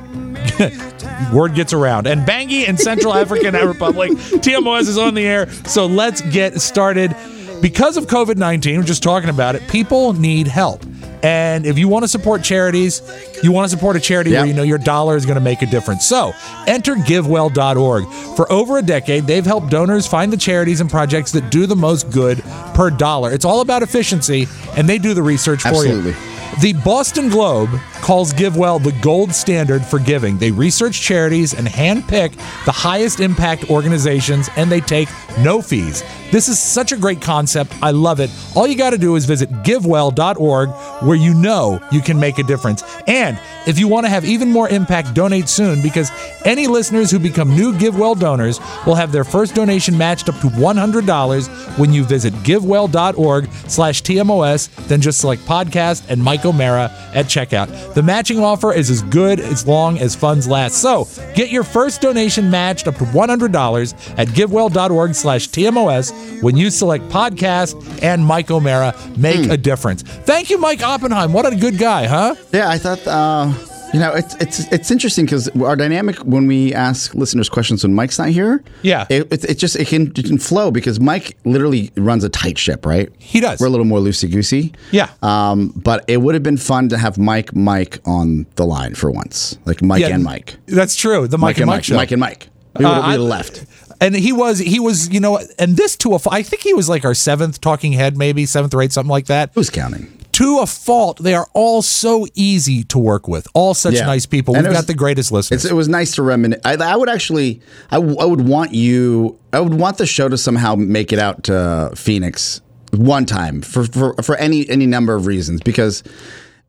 S3: Word gets around. And Bangi and Central African Republic, TMOS is on the air. So let's get started. Because of COVID 19, we're just talking about it, people need help. And if you want to support charities, you want to support a charity
S2: Yeah.
S3: where you know your dollar is going to make a difference. So enter givewell.org. For over a decade, they've helped donors find the charities and projects that do the most good per dollar. It's all about efficiency, and they do the research for you.
S2: Absolutely.
S3: The Boston Globe calls GiveWell the gold standard for giving. They research charities and handpick the highest impact organizations, and they take no fees. This is such a great concept. I love it. All you got to do is visit givewell.org where you know you can make a difference. And if you want to have even more impact, donate soon because any listeners who become new GiveWell donors will have their first donation matched up to $100 when you visit givewell.org slash TMOS, then just select podcast and Mike O'Mara at checkout. The matching offer is as good as long as funds last. So get your first donation matched up to $100 at givewell.org slash TMOS when you select podcast and Mike O'Mara. Make a difference. Thank you, Mike Oppenheim. What a good guy, huh?
S2: Yeah, I thought. Uh, you know, it's it's it's interesting because our dynamic when we ask listeners questions when Mike's not here,
S3: Yeah.
S2: it, it, it just it can it can flow because Mike literally runs a tight ship, right?
S3: He does.
S2: We're a little more loosey goosey,
S3: Yeah.
S2: Um, but it would have been fun to have Mike Mike on the line for once, like Mike and Mike,
S3: That's true. The Mike,
S2: Mike and Mike,
S3: show.
S2: Mike and Mike. We would
S3: Uh,
S2: have
S3: I-
S2: left.
S3: And he was, he was, you know, and this to a, fa- I think he was like our seventh talking head, maybe seventh or eighth, something like that.
S2: Who's counting?
S3: To a fault, they are all so easy to work with. All such
S2: Yeah.
S3: nice people.
S2: And
S3: We've
S2: it was-
S3: got the greatest listeners.
S2: It's, it was nice to reminisce. I, I would actually, I, w- I would want you, I would want the show to somehow make it out to Phoenix one time for for, for any any number of reasons because.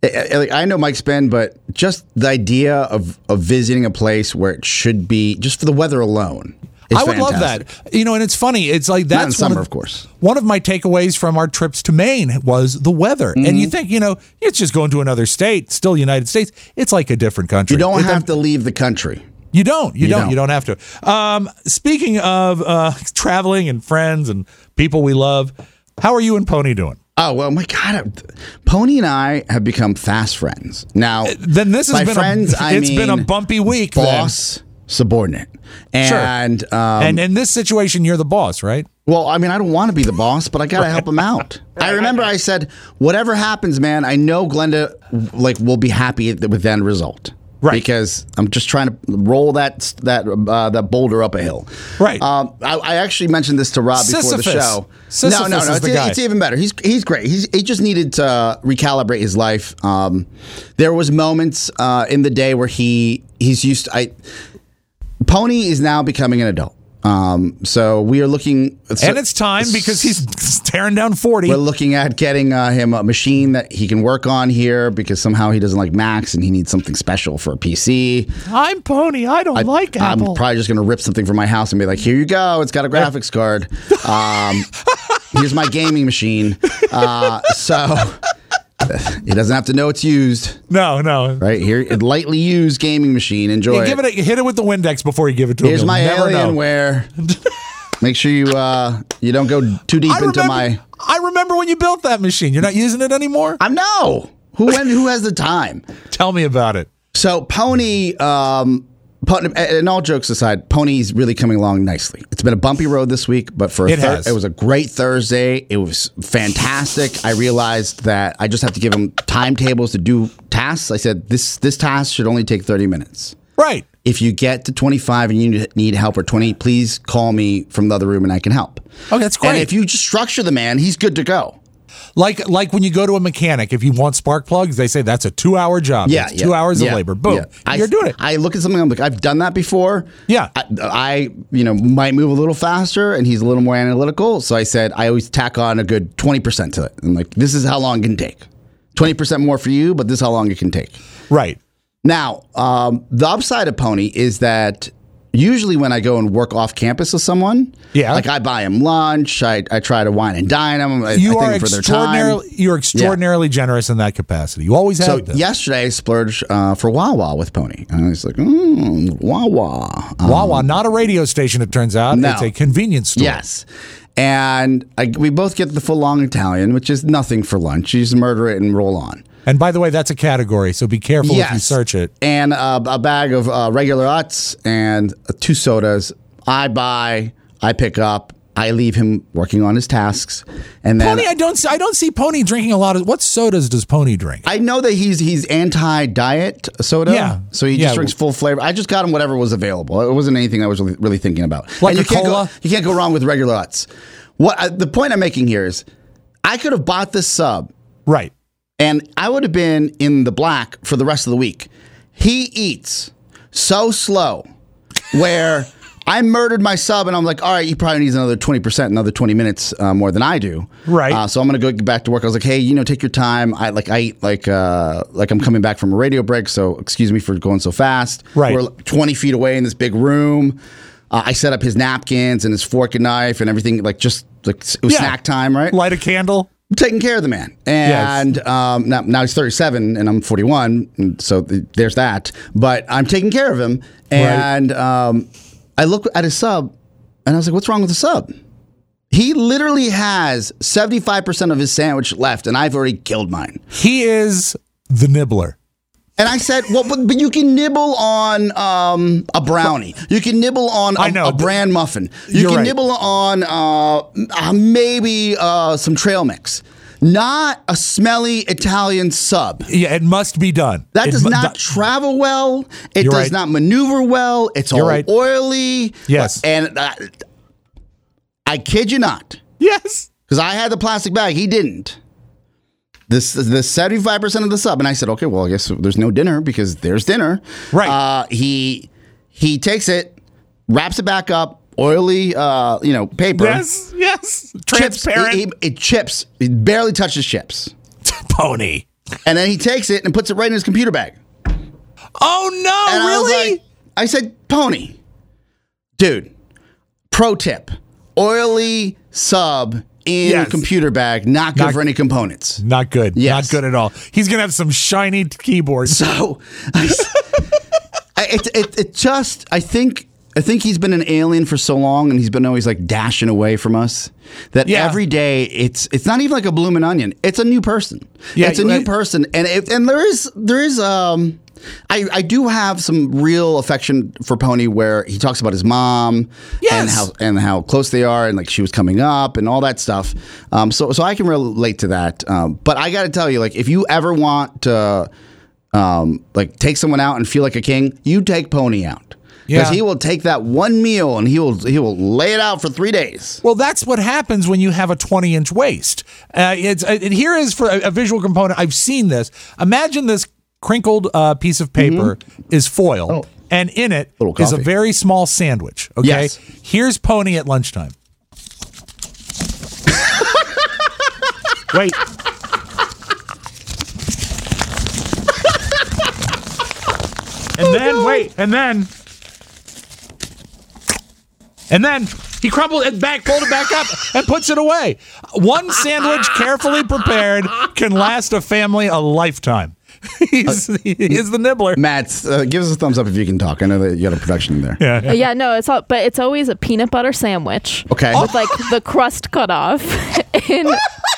S2: I- I- like, I know Mike's been, but just the idea of, of visiting a place where it should be, just for the weather alone, is
S3: I would
S2: fantastic.
S3: love that. You know, and it's funny. It's like
S2: in
S3: that's one
S2: summer, of course.
S3: One of my takeaways from our trips to Maine was the weather.
S6: Mm.
S3: And
S2: Mm-hmm.
S3: you think, you know, it's just going to another state, still United States. It's like a different country.
S2: You don't
S3: It-
S2: have to leave the country.
S3: You don't. You, don't.
S2: don't.
S3: You don't have to. Um, speaking of uh, traveling and friends and people we love, how are you and Pony doing?
S2: Oh well, my God, Pony and I have become fast friends. Now,
S3: Then this has
S2: by
S3: been
S2: friends,
S3: a,
S2: I
S3: it's been a
S2: mean
S3: bumpy week. then.
S2: boss, subordinate, and um,
S3: and in this situation, you're the boss, right?
S2: Well, I mean, I don't want to be the boss, but I gotta help him out. I remember I said, "Whatever happens, man, I know Glenda like will be happy with the end result,
S3: Right.
S2: Because I'm just trying to roll that that uh, that boulder up a hill,
S3: Right.
S2: Um, I, I actually mentioned this to Rob before the
S3: Sisyphus.
S2: show.
S3: Sisyphus
S2: no, no,
S3: is the
S2: no, it's, e,
S3: guy.
S2: it's even better. He's he's great. He's, he just needed to recalibrate his life. Um, there was moments uh, in the day where he he's used. I Pony is now becoming an adult. Um, so we are looking,
S3: and it's time because he's tearing down 40.
S2: We're looking at getting uh, him a machine that he can work on here because somehow he doesn't like Macs and he needs something special for a PC.
S3: I'm Pony. I don't like
S2: I'm
S3: Apple.
S2: probably just going to rip something from my house and be like, here you go. It's got a graphics card. Um, here's my gaming machine. Uh, so he doesn't have to know it's used,
S3: no, no.
S2: right? Here, lightly used gaming machine. Enjoy
S3: Yeah,
S2: it.
S3: give it a, hit it with the Windex before you give it to
S2: Here's
S3: him.
S2: my
S3: You'll never know.
S2: Alienware. Make sure you uh, you don't go too deep
S3: I
S2: into
S3: remember,
S2: my.
S3: I remember when you built that machine. You're not using it anymore?
S2: I'm no. Who when, who has the time?
S3: Tell me about it.
S2: So Pony, um, Putnam, a- and all jokes aside, Pony's really coming along nicely. It's been a bumpy road this week, but for a
S3: It
S2: Thur-
S3: has.
S2: it was a great Thursday. It was fantastic. I realized that I just have to give him timetables to do tasks. I said this this task should only take 30 minutes.
S3: Right.
S2: If you get to 25 and you need- need help or 20, please call me from the other room and I can help.
S3: Oh, that's
S2: And
S3: great.
S2: if you just structure the man, he's good to go.
S3: Like like when you go to a mechanic, if you want spark plugs, they say that's a two hour job.
S2: Yeah,
S3: It's two
S2: yeah,
S3: hours of
S2: yeah,
S3: labor. Boom,
S2: yeah. I,
S3: you're doing it.
S2: I look at something. I'm like, I've done that before.
S3: Yeah.
S2: I, I, you know, might move a little faster, and he's a little more analytical. So I said, I always tack on a good twenty percent to it. I'm like, this is how long it can take. Twenty percent more for you, but this is how long it can take.
S3: right.
S2: Now, um, the upside of Pony is that usually when I go and work off campus with someone,
S3: Yeah.
S2: like I buy him lunch, I, I try to wine and dine him. I,
S3: You
S2: I
S3: are
S2: thank 'em for their time.
S3: extraordinarily you're extraordinarily generous in that capacity. You always have
S2: So
S3: been.
S2: yesterday I splurged uh, for Wawa with Pony, and I was like, mm, Wawa. Uh,
S3: Wawa, not a radio station, it turns out.
S2: No.
S3: It's a convenience store.
S2: yes. And I, we both get the full long Italian, which is nothing for lunch. You just murder it and roll on.
S3: And by the way, that's a category, so be careful if you
S2: Yes.
S3: search it.
S2: And uh, a bag of uh, regular Uts and uh, two sodas. I buy, I pick up, I leave him working on his tasks. And then
S3: Pony, I don't see I don't see Pony drinking a lot of what sodas does Pony drink?
S2: I know that he's he's anti diet soda.
S3: Yeah.
S2: So he
S3: Yeah.
S2: just drinks full flavor. I just got him whatever was available. It wasn't anything I was really, really thinking about.
S3: Like
S2: And
S3: a
S2: you can't
S3: cola?
S2: go you can't go wrong with regular nuts. What I, the point I'm making here is I could have bought this sub
S3: right.
S2: and I would have been in the black for the rest of the week. He eats so slow where I murdered my sub and I'm like, all right, he probably needs another 20%, another 20 minutes uh, more than I do.
S3: Right.
S2: Uh, so I'm going to go get back to work. I was like, hey, you know, take your time. I like, I eat like, uh, like I'm coming back from a radio break. So excuse me for going so fast.
S3: Right.
S2: We're 20 feet away in this big room. Uh, I set up his napkins and his fork and knife and everything like just like it was
S3: Yeah.
S2: snack time, right?
S3: Light a candle.
S2: taking care of the man. And um, now, now he's 37 and I'm 41. And so th- there's that. But I'm taking care of him. And um, I look at his sub and I was like, what's wrong with the sub? He literally has 75% of his sandwich left and I've already killed mine.
S3: He is the nibbler.
S2: And I said, well, but, but you can nibble on um, a brownie. You can nibble on
S3: I
S2: a,
S3: know,
S2: a
S3: but-
S2: bran muffin. You
S3: You're
S2: can
S3: right.
S2: nibble on uh, m- uh, maybe uh, some trail mix. Not a smelly Italian sub.
S3: Yeah, it must be done.
S2: That
S3: It
S2: does
S3: mu- that-
S2: not travel well. It
S3: You're
S2: does
S3: right.
S2: not maneuver well. It's all
S3: right.
S2: oily.
S3: Yes.
S2: And uh, I, I kid you not,
S3: Yes.
S2: because I had the plastic bag. He didn't. This the seventy five percent of the sub, and I said, okay, well, I guess there's no dinner because there's dinner.
S3: Right.
S2: Uh, he he takes it, wraps it back up, oily, uh, you know, paper.
S3: Yes, yes.
S2: Chips.
S3: Transparent
S2: He- he- it chips. It barely touches chips,
S3: pony.
S2: and then he takes it and puts it right in his computer bag.
S3: Oh no,
S2: And
S3: really?
S2: I, was like, I said, Pony, dude, pro tip oily sub in
S3: Yes.
S2: computer bag, not good
S3: Not-
S2: for any components.
S3: not good.
S2: Yes.
S3: Not good at all. He's gonna have some shiny keyboards.
S2: So I, s- I- it, it, it just, I think. I think he's been an alien for so long, and he's been always like dashing away from us. That
S3: Yeah.
S2: every day, it's it's not even like a blooming onion. It's a new person.
S3: Yeah,
S2: it's a
S3: you-
S2: new
S3: I-
S2: person, and it, and there is there is um, I I do have some real affection for Pony, where he talks about his mom and
S3: Yes.
S2: how and how close they are, and like she was coming up and all that stuff. Um, so so I can relate to that. Um, but I got to tell you, like if you ever want to um, like take someone out and feel like a king, you take Pony out because
S3: Yeah.
S2: he will take that one meal and he will he will lay it out for three days.
S3: Well, that's what happens when you have a 20 inch waist. Uh, it's, uh, and here is for a, a visual component. I've seen this. Imagine this crinkled uh, piece of paper is foil. and in it
S2: Mm-hmm. Oh. Little
S3: is a
S2: coffee.
S3: very small sandwich. Okay,
S2: Yes.
S3: here's Pony at lunchtime.
S6: Wait.
S3: Oh,
S11: And then wait, and then
S3: And then he crumbled it back, pulled it back up, and puts it away. One sandwich carefully prepared can last a family a lifetime. He's, he is the nibbler.
S2: Matt, uh, give us a thumbs up if you can talk. I know that you got a production in there.
S4: Uh,
S3: Yeah.
S4: yeah, no, it's all, but it's always a peanut butter sandwich.
S2: Okay.
S4: With like the crust cut off in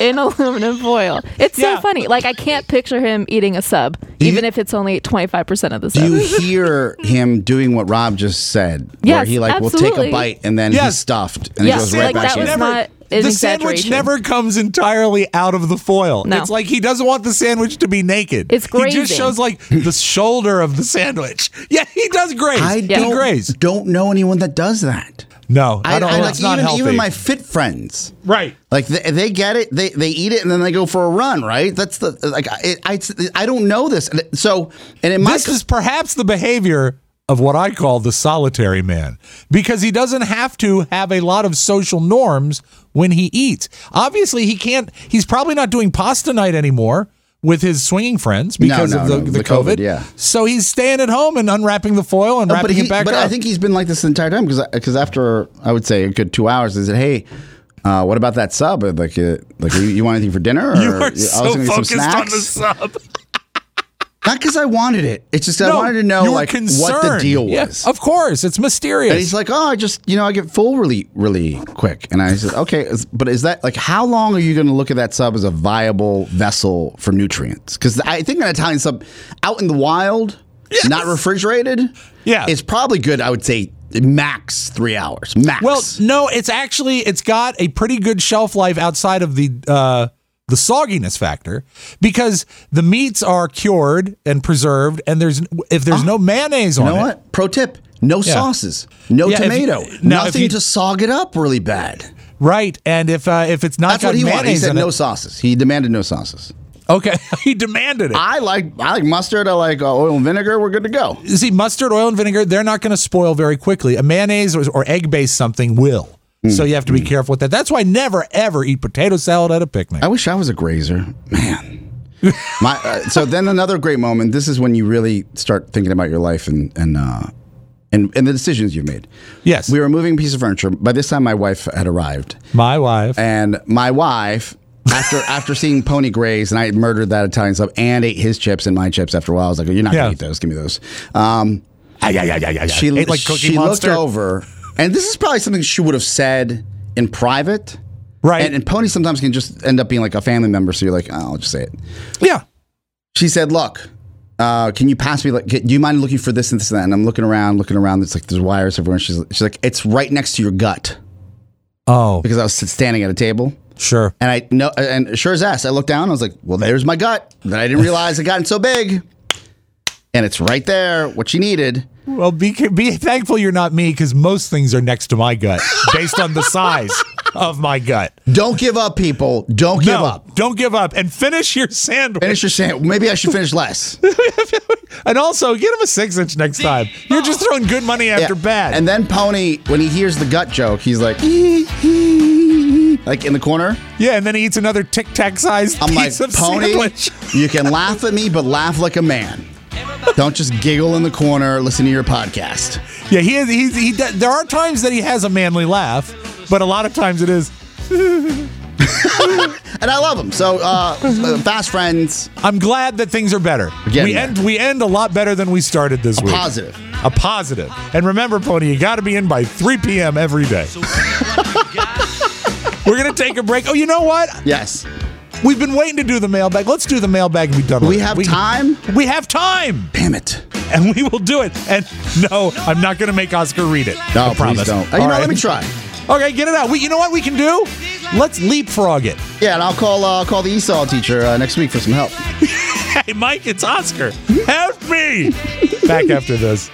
S4: in aluminum foil. It's
S3: Yeah.
S4: so funny. Like I can't picture him eating a sub,
S2: Do you-
S4: even if it's only twenty five percent of the
S2: Do
S4: sub.
S2: you hear him doing what Rob just said? where
S4: Yes,
S2: he like will take a
S4: absolutely.
S2: bite and then
S3: Yes.
S2: he's stuffed and
S4: Yes,
S2: he goes right
S4: like,
S2: back
S4: that
S2: in.
S4: was Never- not an
S3: the sandwich
S4: exaggeration.
S3: never comes entirely out of the foil.
S4: No.
S3: It's like he doesn't want the sandwich to be naked.
S4: It's
S3: He just
S4: grazing.
S3: shows like the shoulder of the sandwich. Yeah, he does graze.
S2: I
S3: he
S2: don't,
S3: graze.
S2: don't know anyone that does that.
S3: No, I, don't.
S2: like,
S3: it's not
S2: even,
S3: healthy.
S2: even my fit friends.
S11: right.
S2: Like they, they get it, they they eat it, and then they go for a run. Right? That's the like I I, I don't know this. And it- So and in my
S3: this is perhaps the behavior of what I call the solitary man because he doesn't have to have a lot of social norms when he eats. Obviously, he can't, he's probably not doing pasta night anymore with his swinging friends because
S2: no,
S3: of the,
S2: no,
S3: the,
S2: the
S3: COVID.
S2: COVID, yeah.
S3: So he's staying at home and unwrapping the foil and
S2: No,
S3: wrapping
S2: but he,
S3: it back
S2: but
S3: up.
S2: I think he's been like this the entire time because because after I would say a good two hours, they said, "Hey, uh, what about that sub? Uh, Like, uh, like you, you want anything for dinner? Or
S3: you
S2: I
S3: are
S2: was
S3: so
S2: gonna get some
S3: focused on the
S2: snacks?"
S3: sub.
S2: Not because I wanted it. It's just I
S3: No,
S2: wanted to know
S3: you were
S2: like what the
S3: concerned.
S2: deal was.
S3: Yeah, of course, it's mysterious.
S2: and he's like, "Oh, I just you know I get full really really quick." And I said, "Okay, is- but is that like how long are you going to look at that sub as a viable vessel for nutrients? Because I think an Italian sub out in the wild, not refrigerated,
S3: Yeah.
S2: it's probably good. I would say max three hours, max.
S3: Well, no, it's actually it's got a pretty good shelf life outside of the uh the sogginess factor because the meats are cured and preserved and there's if there's no mayonnaise
S2: Ah. you
S3: on
S2: know
S3: it.
S2: what? Pro tip: no
S3: Yeah.
S2: sauces, no
S3: Yeah, if you-
S2: tomato,
S3: now, if
S2: nothing
S3: you-
S2: to sog it up really bad.
S3: Right. And if uh if it's not
S2: That's what
S3: got
S2: he wanted. He
S3: mayonnaise
S2: said
S3: in
S2: no
S3: it.
S2: sauces. He demanded no sauces.
S3: Okay. he demanded it.
S2: I like I like mustard. I like uh, oil and vinegar. We're good to go.
S3: See, mustard, oil, and vinegar, they're not going to spoil very quickly. A mayonnaise or, or egg based something will.
S2: Hmm.
S3: So you have to be careful with that. That's why never ever eat potato salad at a picnic.
S2: I wish I was a grazer, man. My uh, so then another great moment. This is when you really start thinking about your life and and uh, and and the decisions you've made.
S3: yes.
S2: We were moving a piece of furniture. By this time, my wife had arrived,
S3: my wife.
S2: and my wife. after after seeing Pony Graze and I had murdered that Italian sub and ate his chips and my chips after a while, I was like, "You're not
S3: Yeah.
S2: gonna eat those. Give me those." Um,
S3: yeah, yeah, yeah, yeah.
S2: she
S3: Ate like Cookie
S2: she
S3: Monster.
S2: looked over, and this is probably something she would have said in private.
S3: Right.
S2: And, and Pony sometimes can just end up being like a family member, so you're like, oh, "I'll just say it."
S3: yeah.
S2: she said, "Look, uh, can you pass me? Like, do you mind looking for this and this and that?" And I'm looking around, looking around. It's like there's wires everywhere. And she's she's like, "It's right next to your gut,"
S3: Oh,
S2: because I was standing at a table.
S3: sure.
S2: And I know, and sure as ass, I looked down. I was like, "Well, there's my gut." That I didn't realize it gotten so big, and it's right there. What she needed.
S3: Well, be be thankful you're not me because most things are next to my gut based on the size of my gut.
S2: Don't give up, people. Don't give
S3: no,
S2: up.
S3: Don't give up and finish your sandwich.
S2: Finish your sandwich. Maybe I should finish less.
S3: And also, get him a six inch next time. You're just throwing good money after
S2: Yeah.
S3: bad.
S2: And then Pony, when he hears the gut joke, he's like, like in the corner.
S3: yeah, and then he eats another tic tac sized
S2: I'm like,
S3: piece of
S2: Pony,
S3: sandwich.
S2: you can laugh at me, but laugh like a man. Don't just giggle in the corner, listen to your podcast.
S3: Yeah, he is. He's, he. d- There are times that he has a manly laugh, but a lot of times it is.
S2: And I love him. So, uh, uh, fast friends,
S3: I'm glad that things are better.
S2: getting
S3: We
S2: there.
S3: end. We end a lot better than we started this week.
S2: positive.
S3: a positive. And remember, Pony, you got to be in by 3 p.m. every day. We're going to take a break. Oh, you know what?
S2: Yes.
S3: We've been waiting to do the mailbag. Let's do the mailbag and be done with
S2: We
S3: it.
S2: have time?
S3: We have time.
S2: Damn it.
S3: And we will do it. And no, I'm not going to make Oscar read it.
S2: No,
S3: I
S2: please
S3: promise.
S2: don't. Uh,
S3: All
S2: you know,
S3: right.
S2: let me try.
S3: Okay, get it out. We, you know what we can do? Let's leapfrog it.
S2: Yeah, and I'll call uh, I'll call the Esau teacher uh, next week for some help.
S3: Hey, Mike, it's Oscar. Help me. Back after this.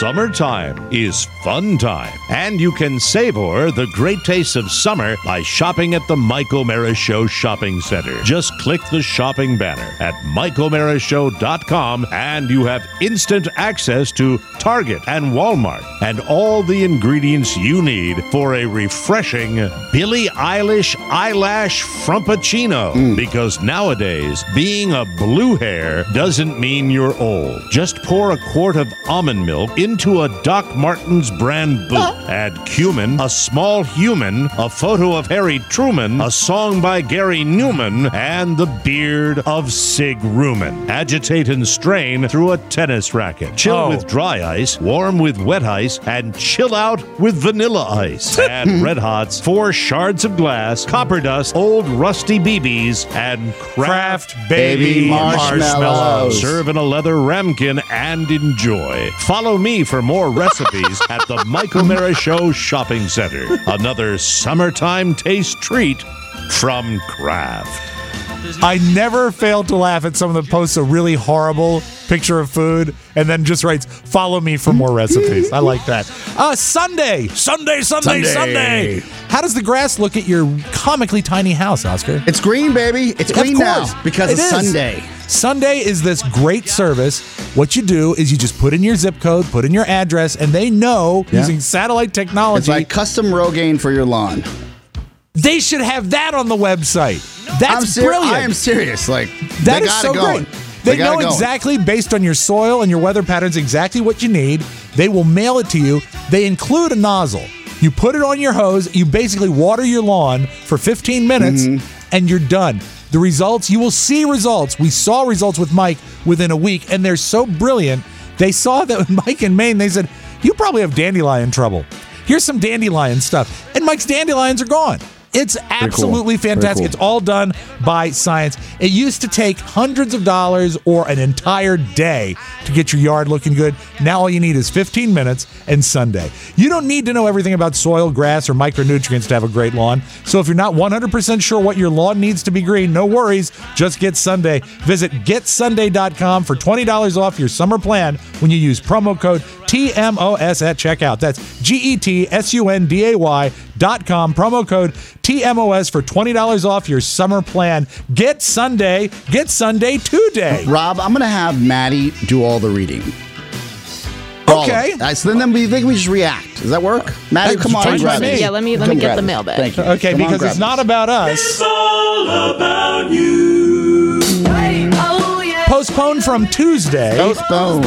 S6: Summertime is fun time, and you can savor the great taste of summer by shopping at the Mike O'Mara Show Shopping Center. Just click the shopping banner at MikeO'MaraShow.com, and you have instant access to Target and Walmart and all the ingredients you need for a refreshing Billie Eilish eyelash frappuccino. Because nowadays, being a blue hair doesn't mean you're old. Just pour a quart of almond milk into a Doc Martens brand boot. Add cumin, a small human, a photo of Harry Truman, a song by Gary Newman, and the beard of Sig Ruman. Agitate and strain through a tennis racket. Chill
S3: Oh.
S6: with dry ice, warm with wet ice, and chill out with vanilla ice. Add Red Hots, four shards of glass, copper dust, old rusty BBs, and Kraft,
S2: Baby Marshmallows.
S6: Serve in a leather ramkin and enjoy. Follow me for more recipes at the Michael Mara Show Shopping Center. Another summertime taste treat from Kraft.
S3: I never fail to laugh at someone that posts a really horrible picture of food and then just writes, follow me for more recipes. I like that. Uh, Sunday, Sunday, Sunday, Sunday.
S2: Sunday.
S3: How does the grass look at your comically tiny house, Oscar?
S2: It's green, baby. It's
S3: Of
S2: green now
S3: course.
S2: because
S3: It
S2: it's
S3: is.
S2: Sunday.
S3: Sunday is this great service. What you do is you just put in your zip code, put in your address, and they know
S2: Yeah.
S3: using satellite
S2: It's
S3: technology.
S2: like custom Rogaine for your lawn.
S3: they should have that on the website.
S2: I'm
S3: That's
S2: ser-
S3: brilliant.
S2: I am serious. Like
S3: That
S2: they
S3: is
S2: got
S3: so
S2: it going.
S3: great. They,
S2: got
S3: know
S2: it going.
S3: exactly based on your soil and your weather patterns exactly what you need. They will mail it to you. They include a nozzle. You put it on your hose. You basically water your lawn for 15 minutes, and you're done. The results you will see results. We saw results with Mike within a week, and they're so brilliant. They saw that with Mike in Maine. They said you probably have dandelion trouble. Here's some dandelion stuff, and Mike's dandelions are gone. It's absolutely
S2: Very
S3: fantastic.
S2: cool.
S3: It's all done by science. It used to take hundreds of dollars or an entire day to get your yard looking good. Now all you need is 15 minutes and Sunday. You don't need to know everything about soil, grass, or micronutrients to have a great lawn. So if you're not 100% sure what your lawn needs to be green, no worries. Just get Sunday. Visit getsunday.com for $20 off your summer plan when you use promo code TMOS at checkout. That's G E T S U N D A Y dot com promo code TMOS for $20 off your summer plan. Get Sunday, get Sunday today.
S2: Rob, I'm gonna have Maddie do all the reading. All of
S3: Okay.
S2: it. All right, so then, then we think we just react. Does that work? Maddie,
S3: Hey,
S2: come on.
S3: fine
S2: and
S3: by
S2: grab
S3: me.
S2: it.
S3: Yeah,
S4: let me- let
S2: Come
S4: me get
S2: grab
S4: the
S2: it.
S4: mail back.
S2: Thank you.
S3: Okay,
S2: Come on,
S3: because
S2: grab
S3: it's
S2: it.
S3: not about us. Postponed from Tuesday.
S2: postponed.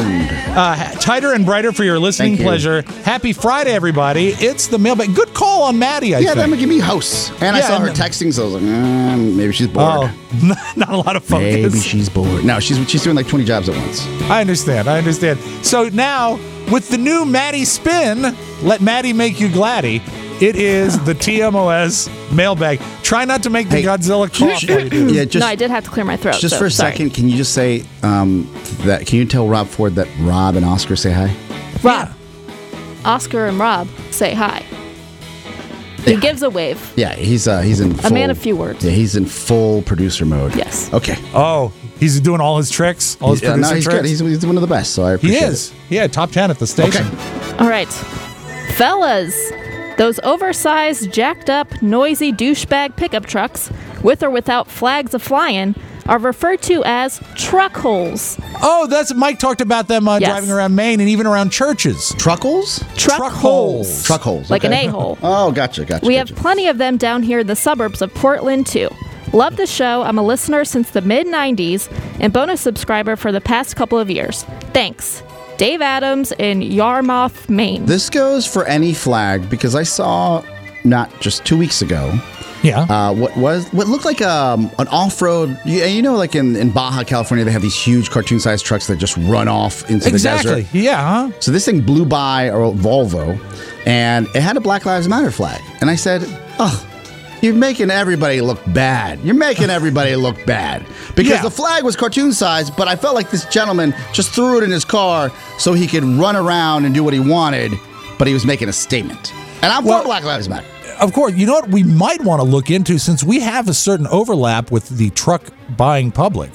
S3: uh, tighter and brighter for your listening
S2: Thank you.
S3: pleasure. Happy Friday, everybody! It's the mailbag. Good call on Maddie. I
S2: Yeah, that
S3: think.
S2: would give me hosts. And I
S3: Yeah,
S2: saw her
S3: and-
S2: texting, so I was like, mm, maybe she's bored.
S3: oh, not a lot of
S2: maybe
S3: focus.
S2: she's bored. No, she's she's doing like 20 jobs at once.
S3: I understand. I understand. So now with the new Maddie spin, let Maddie make you gladdy. It is the TMOS mailbag. Try not to make the
S2: Hey,
S3: Godzilla cough. while you do this.
S2: Yeah, just
S4: no, I did have to clear my throat.
S2: just
S4: so
S2: for a
S4: sorry.
S2: second, can you just say um, that? Can you tell Rob Ford that Rob and Oscar say hi?
S4: Rob, Oscar, and Rob say hi. He gives a wave.
S2: Yeah, he's uh, he's in
S4: A
S2: full,
S4: man of few words.
S2: Yeah, he's in full producer mode.
S4: Yes.
S2: Okay.
S3: Oh, he's doing all his tricks, all his
S2: Yeah, no,
S3: producer
S2: he's good.
S3: tricks.
S2: He's, he's one of the best. So I
S3: he
S2: appreciate
S3: is.
S2: it.
S3: Yeah, top ten at the station.
S4: All right, fellas, those oversized, jacked up, noisy douchebag pickup trucks, with or without flags a flying, are referred to as truck holes.
S3: Oh, that's Mike talked about them uh,
S4: Yes.
S3: driving around Maine and even around churches.
S2: Truckles?
S4: Truck,
S3: Truck holes.
S4: holes.
S2: Truck holes.
S4: Like an
S2: okay.
S4: a-hole.
S2: oh, gotcha, gotcha.
S4: We have
S2: gotcha.
S4: plenty of them down here in the suburbs of Portland, too. Love the show. I'm a listener since the mid 90s and bonus subscriber for the past couple of years. Thanks. Dave Adams in Yarmouth, Maine.
S2: This goes for any flag because I saw not just two weeks ago
S3: Yeah.
S2: uh, what was what looked like um, an off-road. You, you know, like in, in Baja California, they have these huge cartoon-sized trucks that just run off into the
S3: exactly.
S2: desert.
S3: Yeah. huh?
S2: So this thing blew by a Volvo, and it had a Black Lives Matter flag. And I said, "Oh, you're making everybody look bad. You're making everybody look bad because
S3: Yeah.
S2: the flag was cartoon sized, but I felt like this gentleman just threw it in his car so he could run around and do what he wanted, but he was making a statement. And I'm
S3: Well-
S2: for Black Lives Matter.
S3: Of course, you know what we might want to look into since we have a certain overlap with the truck buying public.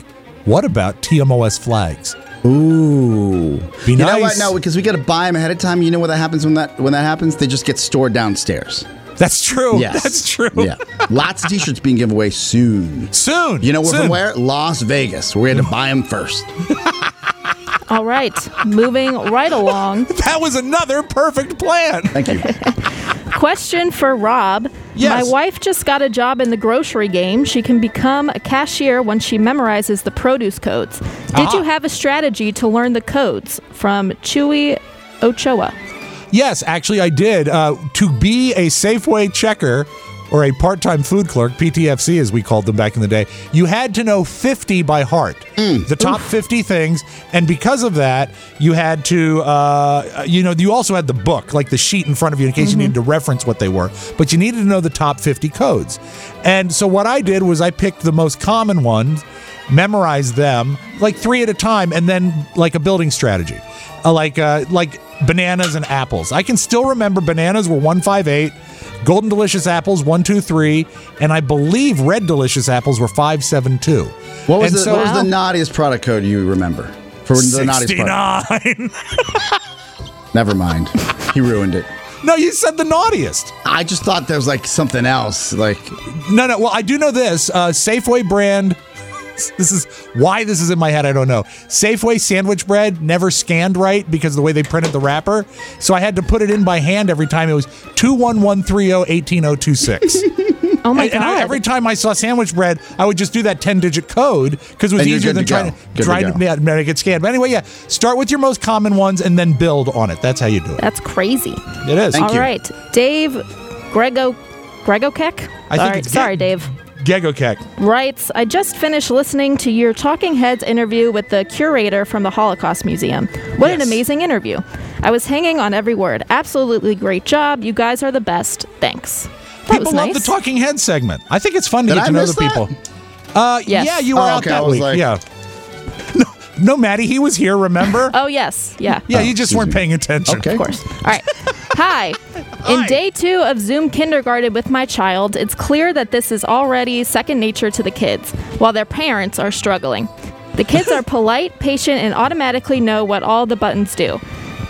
S3: What about TMOS flags?
S2: Ooh,
S3: Be
S2: you know what?
S3: nice.
S2: No, because we got to buy them ahead of time. You know what that happens when that when that happens? They just get stored downstairs.
S3: That's true.
S2: Yes,
S3: That's true.
S2: Yeah, lots of t-shirts being given away soon.
S3: Soon.
S2: You know we're
S3: soon.
S2: from where? Las Vegas. We had to buy them first.
S4: All right, moving right along.
S3: That was another perfect plan.
S2: Thank you.
S4: Question for Rob.
S3: Yes.
S4: My wife just got a job in the grocery game. She can become a cashier when she memorizes the produce codes. Did
S3: Ah.
S4: you have a strategy to learn the codes from Chewy Ochoa?
S3: Yes, actually, I did. Uh, to be a Safeway checker or a part time food clerk, PTFC as we called them back in the day, you had to know 50 by heart, the top 50 things. And because of that, you had to, uh, you know, you also had the book, like the sheet in front of you in case you needed to reference what they were, but you needed to know the top 50 codes. And so what I did was I picked the most common ones memorize them like three at a time and then like a building strategy uh, like uh, like bananas and apples i can still remember bananas were 158 golden delicious apples 123 and i believe red delicious apples were 572
S2: What was
S3: and
S2: the
S3: so-
S2: what was the naughtiest product code you remember for the naughtiest product?
S3: 69
S2: Never mind. he ruined it.
S3: no you said the naughtiest
S2: I just thought there was like something else. Like
S3: No, no. Well, I do know this. Uh, Safeway brand. This is why this is in my head. I don't know. Safeway sandwich bread never scanned right because of the way they printed the wrapper. So I had to put it in by hand every time. It was 21130180026.
S4: Oh my
S3: and, and I,
S4: god.
S3: every time I saw sandwich bread, I would just do that 10 digit code because it was
S2: And you're
S3: easier
S2: good
S3: than trying
S2: to go. Good
S3: to
S2: to
S3: try
S2: go.
S3: to yeah, make it scanned. But anyway, yeah, start with your most common ones and then build on it. That's how you do it.
S4: That's crazy.
S3: It is.
S2: Thank
S4: All
S2: you.
S4: right, Dave Grego Grego Keck.
S3: I think
S4: All right,
S3: it's Ge-
S4: sorry, Dave.
S3: Gego Keck.
S4: Writes, I just finished listening to your Talking Heads interview with the curator from the Holocaust Museum. What an
S3: Yes.
S4: amazing interview. I was hanging on every word. Absolutely great job. You guys are the best. Thanks. That
S3: People
S4: was
S3: love
S4: nice.
S3: the Talking Head segment. I think it's fun to
S2: Did
S3: get
S2: I
S3: to know
S2: miss
S3: the
S2: that?
S3: people. Uh,
S4: Yes.
S3: Yeah, you were
S2: Oh,
S3: out
S2: okay, I
S3: that
S2: was
S3: week.
S2: like-
S3: yeah. No, no, Maddie, he was here, remember?
S4: Oh, yes. Yeah.
S3: yeah, you just weren't paying attention.
S2: okay,
S4: Of course. All right. Hi. In day two of Zoom kindergarten with my child, it's clear that this is already second nature to the kids, while their parents are struggling. The kids are polite, patient, and automatically know what all the buttons do.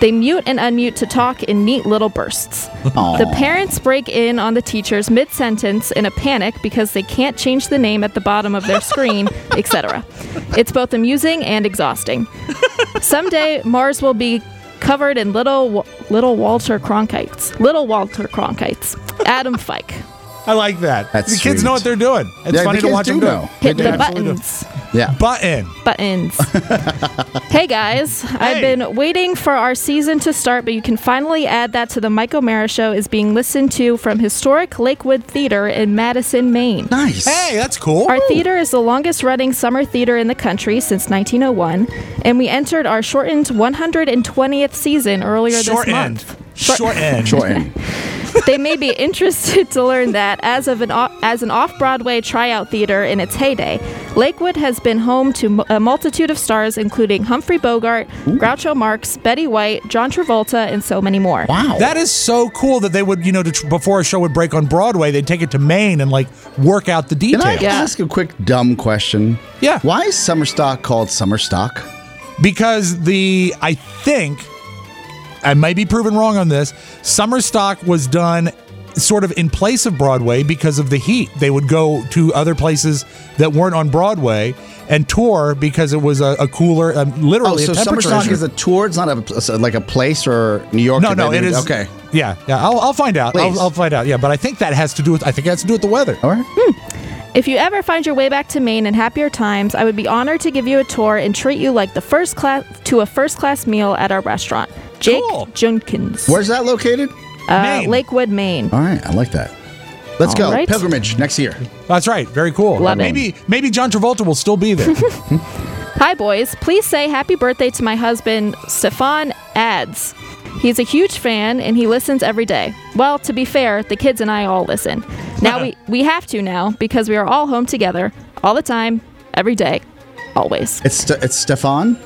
S4: They mute and unmute to talk in neat little bursts. The parents break in on the teachers mid sentence in a panic because they can't change the name at the bottom of their screen, etc. It's both amusing and exhausting. Someday Mars will be covered in little little Walter Cronkites. Little Walter Cronkites. Adam Fike.
S3: I like that.
S2: That's
S3: the kids
S2: sweet.
S3: know what they're doing. It's
S2: Yeah,
S3: funny to
S2: the kids
S3: watch
S2: do
S3: them do it.
S2: know.
S4: Hit
S2: They
S4: the
S2: do.
S4: buttons.
S2: Yeah.
S3: Button.
S4: Buttons. hey guys, I've been waiting for our season to start, but you can finally add that to the Michael Mara show is being listened to from historic Lakewood Theater in Madison, Maine.
S2: Nice.
S3: Hey, that's cool.
S4: Our theater is the longest running summer theater in the country since 1901, and we entered our shortened 120th season earlier
S3: Short
S4: this
S3: end.
S4: month.
S3: Short, end.
S2: Short end.
S4: they may be interested to learn that as of an o- as an off-Broadway tryout theater in its heyday, Lakewood has been home to m- a multitude of stars including Humphrey Bogart, Groucho Marx, Betty White, John Travolta, and so many more.
S2: Wow.
S3: That is so cool that they would, you know, to tr- before a show would break on Broadway, they'd take it to Maine and like work out the
S2: Can
S3: details.
S2: I
S4: Yeah.
S2: ask a quick dumb question?
S3: Yeah.
S2: Why is summer stock called summer stock?
S3: because the I think I might be proven wrong on this. Summer stock was done sort of in place of Broadway because of the heat. They would go to other places that weren't on Broadway and tour because it was a, a cooler, um,
S2: Oh,
S3: literally
S2: so
S3: a
S2: summer
S3: temperature.
S2: stock
S3: issue.
S2: is a tour. It's not a, so like a place or New York.
S3: no,
S2: that
S3: no,
S2: they
S3: it
S2: do-
S3: is
S2: Okay.
S3: Yeah, yeah. I'll, I'll find out. I'll,
S2: Please.
S3: I'll find out. Yeah, but I think that has to do with. I think it has to do with the weather.
S2: All right.
S4: If you ever find your way back to Maine in happier times, I would be honored to give you a tour and treat you like the first class to a first-class meal at our restaurant. Jake
S3: Cool.
S4: Junkins,
S2: Where's that located?
S4: uh,
S3: Maine.
S4: Lakewood, Maine.
S2: All right. I like that. Let's
S4: All
S2: go.
S4: right.
S2: Pilgrimage next year.
S3: That's right. Very cool.
S4: Love it.
S3: maybe maybe John Travolta will still be there.
S4: Hi, boys. Please say happy birthday to my husband, Stefan Ads. He's a huge fan and he listens every day. Well, to be fair, the kids and I all listen. Now we, we have to now because we are all home together all the time, every day, always.
S2: It's Ste- it's Stefan.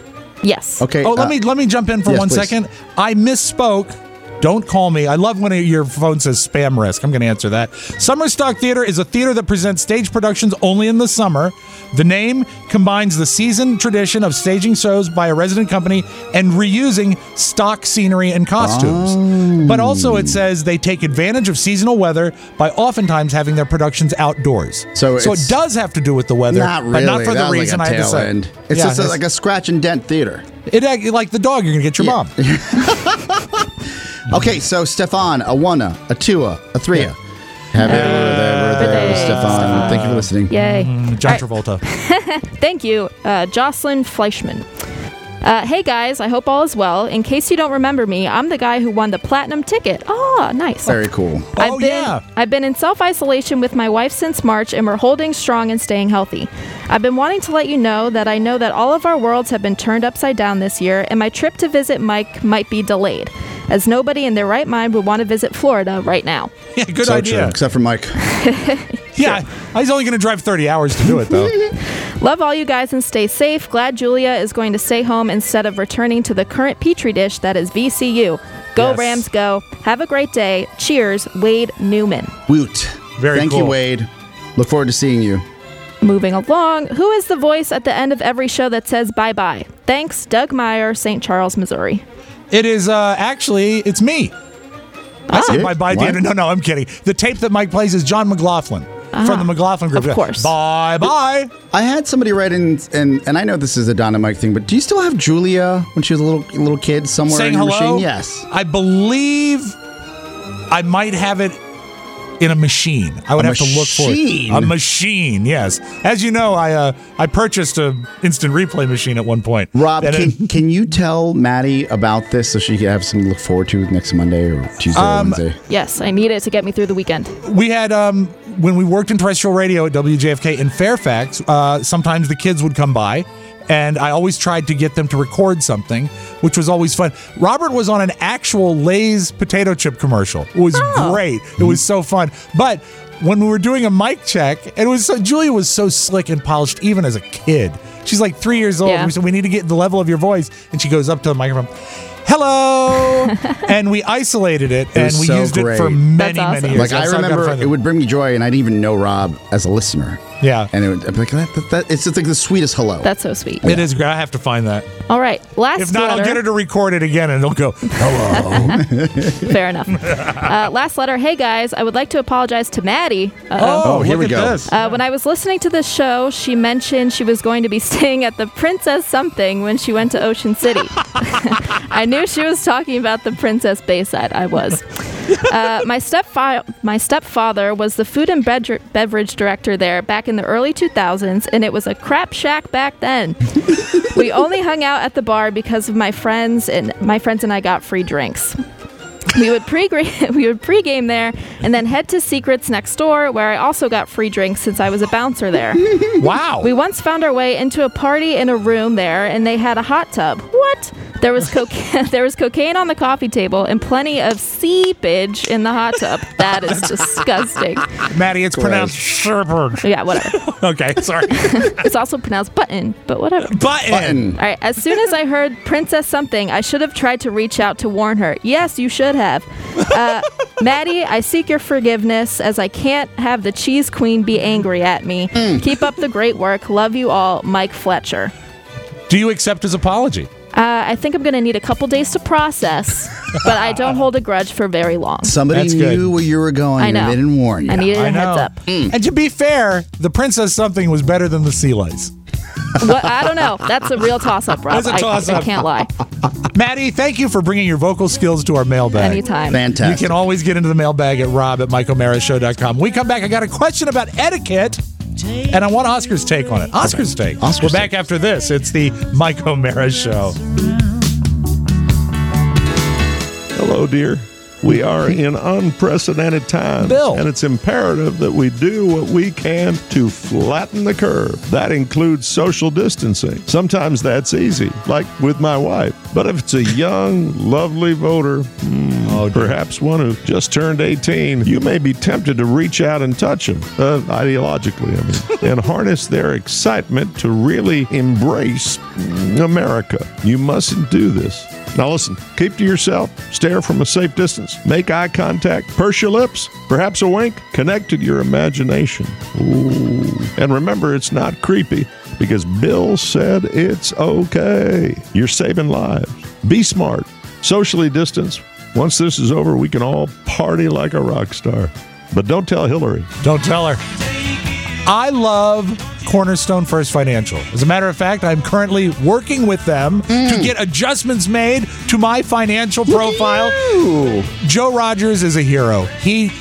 S4: Yes.
S2: Okay.
S3: Oh, let
S2: uh,
S3: me let me jump in for
S2: yes,
S3: one
S2: please.
S3: second. I misspoke. Don't call me. I love when your phone says spam risk. I'm going to answer that. Summer Stock Theater is a theater that presents stage productions only in the summer. The name combines the seasoned tradition of staging shows by a resident company and reusing stock scenery and costumes.
S2: Oh.
S3: But also, it says they take advantage of seasonal weather by oftentimes having their productions outdoors.
S2: So
S3: it
S2: it's-
S3: does have to do with the weather,
S2: Not really.
S3: but not for
S2: That
S3: the
S2: was
S3: reason
S2: like a
S3: I had to
S2: tail
S3: say.
S2: end. It's
S3: Yeah,
S2: just a- like a scratch and dent theater.
S3: It act- like the dog you're gonna get your mom.
S2: Okay, so Stefan, a one, a two, a three.
S3: Yeah.
S2: Happy birthday,
S4: birthday,
S2: Stefan. Thank you for listening.
S4: Yay.
S3: Mm, John
S4: All
S3: Travolta.
S4: Thank you, uh, Jocelyn Fleischman. Uh, hey guys, I hope all is well. In case you don't remember me, I'm the guy who won the platinum ticket. Ah, nice.
S2: Very cool.
S4: I've
S3: Oh,
S4: been
S3: yeah.
S4: I've been in self isolation with my wife since March, and we're holding strong and staying healthy. I've been wanting to let you know that I know that all of our worlds have been turned upside down this year, and my trip to visit Mike might be delayed, as nobody in their right mind would want to visit Florida right now.
S3: Yeah, good
S2: So true,
S3: idea.
S2: except for Mike.
S3: Yeah, I was only gonna drive 30 hours to do it though.
S4: Love all you guys and stay safe. Glad Julia is going to stay home instead of returning to the current petri dish that is VCU. Go
S3: Yes.
S4: Rams, go! Have a great day. Cheers, Wade Newman.
S2: Woot.
S3: Very
S2: Thank you,
S3: cool.
S2: Wade. Look forward to seeing you.
S4: Moving along, who is the voice at the end of every show that says bye bye? Thanks, Doug Meyer, St. Charles, Missouri.
S3: It is uh, actually it's me. I said
S2: You?
S3: bye bye,
S2: Ah. What?
S3: Dana. No, no, I'm kidding. The tape that Mike plays is John McLaughlin from
S2: Ah,
S3: the McLaughlin group.
S4: of course.
S3: Bye bye.
S2: I had somebody write in, and and I know this is a Donna Mike thing, but do you still have Julia when she was a little little kid somewhere
S3: Saying
S2: in her
S3: hello.
S2: machine? Yes.
S3: I believe I might have it in a machine. I would
S2: A
S3: have to
S2: machine?
S3: look for it. A machine. Yes. As you know, I uh, I purchased a instant replay machine at one point.
S2: Rob,
S3: And
S2: Um, can,
S3: it-
S2: can you tell Maddie about this so she can have something to look forward to next Monday or Tuesday
S3: Um,
S2: or Wednesday?
S4: Yes, I need it to get me through the weekend.
S3: we had um, when we worked in terrestrial radio at WJFK in Fairfax. Uh, sometimes the kids would come by, and I always tried to get them to record something, which was always fun. Robert was on an actual Lay's potato chip commercial. It was great. It was so fun. But when we were doing a mic check, it was so, Julia was so slick and polished, even as a kid. She's like three years old.
S4: Yeah.
S3: and We said we need to get the level of your voice, and she goes up to the microphone. Hello, and we isolated it, and
S2: was
S3: we
S2: so
S3: used it for
S2: great.
S3: many,
S4: That's
S3: many
S4: awesome.
S3: years.
S2: Like I
S3: That's how got
S2: remember,
S3: friends
S2: it
S3: with-
S2: would bring me joy, and I didn't even know Rob as a listener.
S3: Yeah.
S2: and it would I'd be like that, that, that. It's just like the sweetest hello.
S4: That's so sweet.
S3: It is great. I have to find that.
S4: All right, last
S3: If not,
S4: letter.
S3: I'll get her to record it again and it'll go.
S4: Fair enough. Uh, last letter. Hey guys, I would like to apologize to Maddie. Uh-oh.
S2: Oh, here we go.
S4: Uh, when I was listening to the show, she mentioned she was going to be staying at the Princess something when she went to Ocean City. I knew she was talking about the Princess Bayside. I was. Uh, my stepfi- my stepfather was the food and bedr- beverage director there back in the early 2000s, and it was a crap shack back then. we only hung out at the bar because of my friends, and my friends and I got free drinks. We would pre we would pregame there, and then head to Secrets next door, where I also got free drinks since I was a bouncer there.
S3: Wow.
S4: We once found our way into a party in a room there, and they had a hot tub. What? There was cocaine. there was cocaine on the coffee table, and plenty of seepage in the hot tub. That is disgusting.
S3: Maddie, it's pronounced Sherbert.
S4: Yeah, whatever.
S3: Okay, sorry.
S4: It's also pronounced button, but whatever.
S3: Button.
S4: All right. As soon as I heard Princess something, I should have tried to reach out to warn her. Yes, you should have. Uh, Maddie, I seek your forgiveness as I can't have the cheese queen be angry at me.
S2: Hmm.
S4: Keep up the great work. Love you all, Mike Fletcher.
S3: Do you accept his apology?
S4: Uh, I think I'm going to need a couple days to process, but I don't hold a grudge for very long.
S2: Somebody
S3: That's
S2: knew
S3: good.
S2: where you were going,
S4: I know.
S2: and they didn't warn you. Hmm.
S4: I needed
S3: I
S4: a
S3: know.
S4: heads up.
S3: And to be fair, the Princess Something was better than the Sea Lice.
S4: What, I don't know. That's a real toss up, Rob.
S3: That's a
S4: I- I,
S3: toss-up.
S4: can't lie.
S3: Maddie, thank you for bringing your vocal skills to our mailbag.
S4: Anytime.
S3: You
S2: Fantastic.
S3: can always get into the mailbag at rob at michaelmarishow.com. When we come back, I got a question about etiquette, and I want Oscar's take on it. Oscar's take.
S2: Oscar's
S3: We're back after this. It's the Mike O'Mara Show.
S12: Hello, dear. We are in unprecedented times.
S3: Bill.
S12: And it's imperative that we do what we can to flatten the curve. That includes social distancing. Sometimes that's easy, like with my wife. But if it's a young, lovely voter, hmm, perhaps one who just turned 18, you may be tempted to reach out and touch them, uh, ideologically, I mean, and harness their excitement to really embrace mm, America. You mustn't do this. Now listen, keep to yourself, stare from a safe distance, make eye contact, purse your lips, perhaps a wink, connect to your imagination. Ooh. And remember, it's not creepy because Bill said it's okay. You're saving lives. Be smart, socially distance. Once this is over, we can all party like a rock star. But don't tell Hillary.
S3: Don't tell her. I love Cornerstone First Financial. As a matter of fact, I'm currently working with them
S2: Mm.
S3: to get adjustments made to my financial profile. Joe Rogers is a hero. He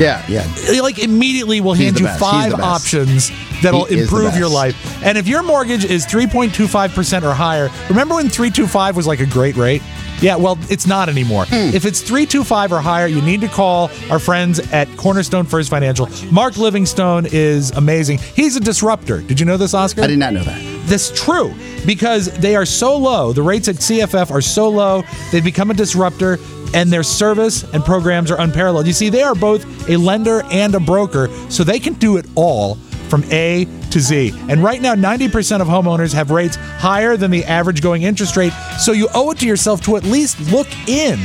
S2: Yeah, yeah.
S3: he, like immediately will
S2: He's
S3: hand
S2: the
S3: you
S2: best. He's
S3: five
S2: the best.
S3: options that'll
S2: He is the
S3: improve your
S2: best.
S3: life. And if your mortgage is 3.25% or higher, remember when 325 was like a great rate? Yeah, well, it's not anymore.
S2: Hmm.
S3: If it's 325 or higher, you need to call our friends at Cornerstone First Financial. Mark Livingstone is amazing. He's a disruptor. Did you know this, Oscar? I did
S2: not know that.
S3: That's true because they are so low. The rates at CFF are so low. They've become a disruptor and their service and programs are unparalleled. You see, they are both a lender and a broker, so they can do it all from A to Z. And right now, 90% of homeowners have rates higher than the average going interest rate. So you owe it to yourself to at least look in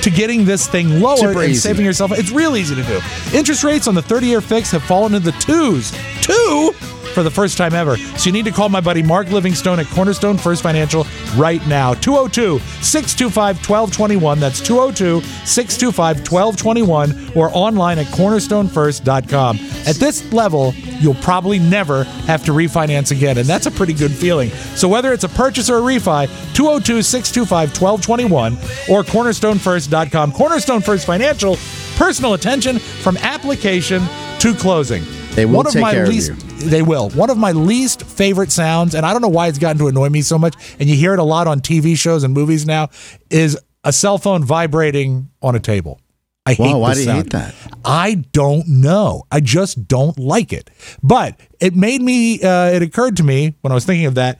S3: to getting this thing lower
S2: Super
S3: and
S2: easy.
S3: saving yourself. It's real easy to do. Interest rates on the 30 year fix have fallen into the twos. Two? for the first time ever. So you need to call my buddy Mark Livingstone at Cornerstone First Financial right now. 202 625 1221. That's 202 625 1221 or online at cornerstonefirst.com. At this level, you'll probably never have to refinance again, and that's a pretty good feeling. So whether it's a purchase or a refi, 202 625 1221 or cornerstonefirst.com. Cornerstone First Financial, personal attention from application to closing.
S2: They will
S3: One of
S2: take
S3: my
S2: care of
S3: least
S2: you.
S3: they will. One of my least favorite sounds, and I don't know why it's gotten to annoy me so much, and you hear it a lot on TV shows and movies now, is a cell phone vibrating on a table. I hate
S2: Wow, why
S3: this
S2: do you
S3: sound.
S2: hate that?
S3: I don't know. I just don't like it. But it made me. Uh, it occurred to me when I was thinking of that.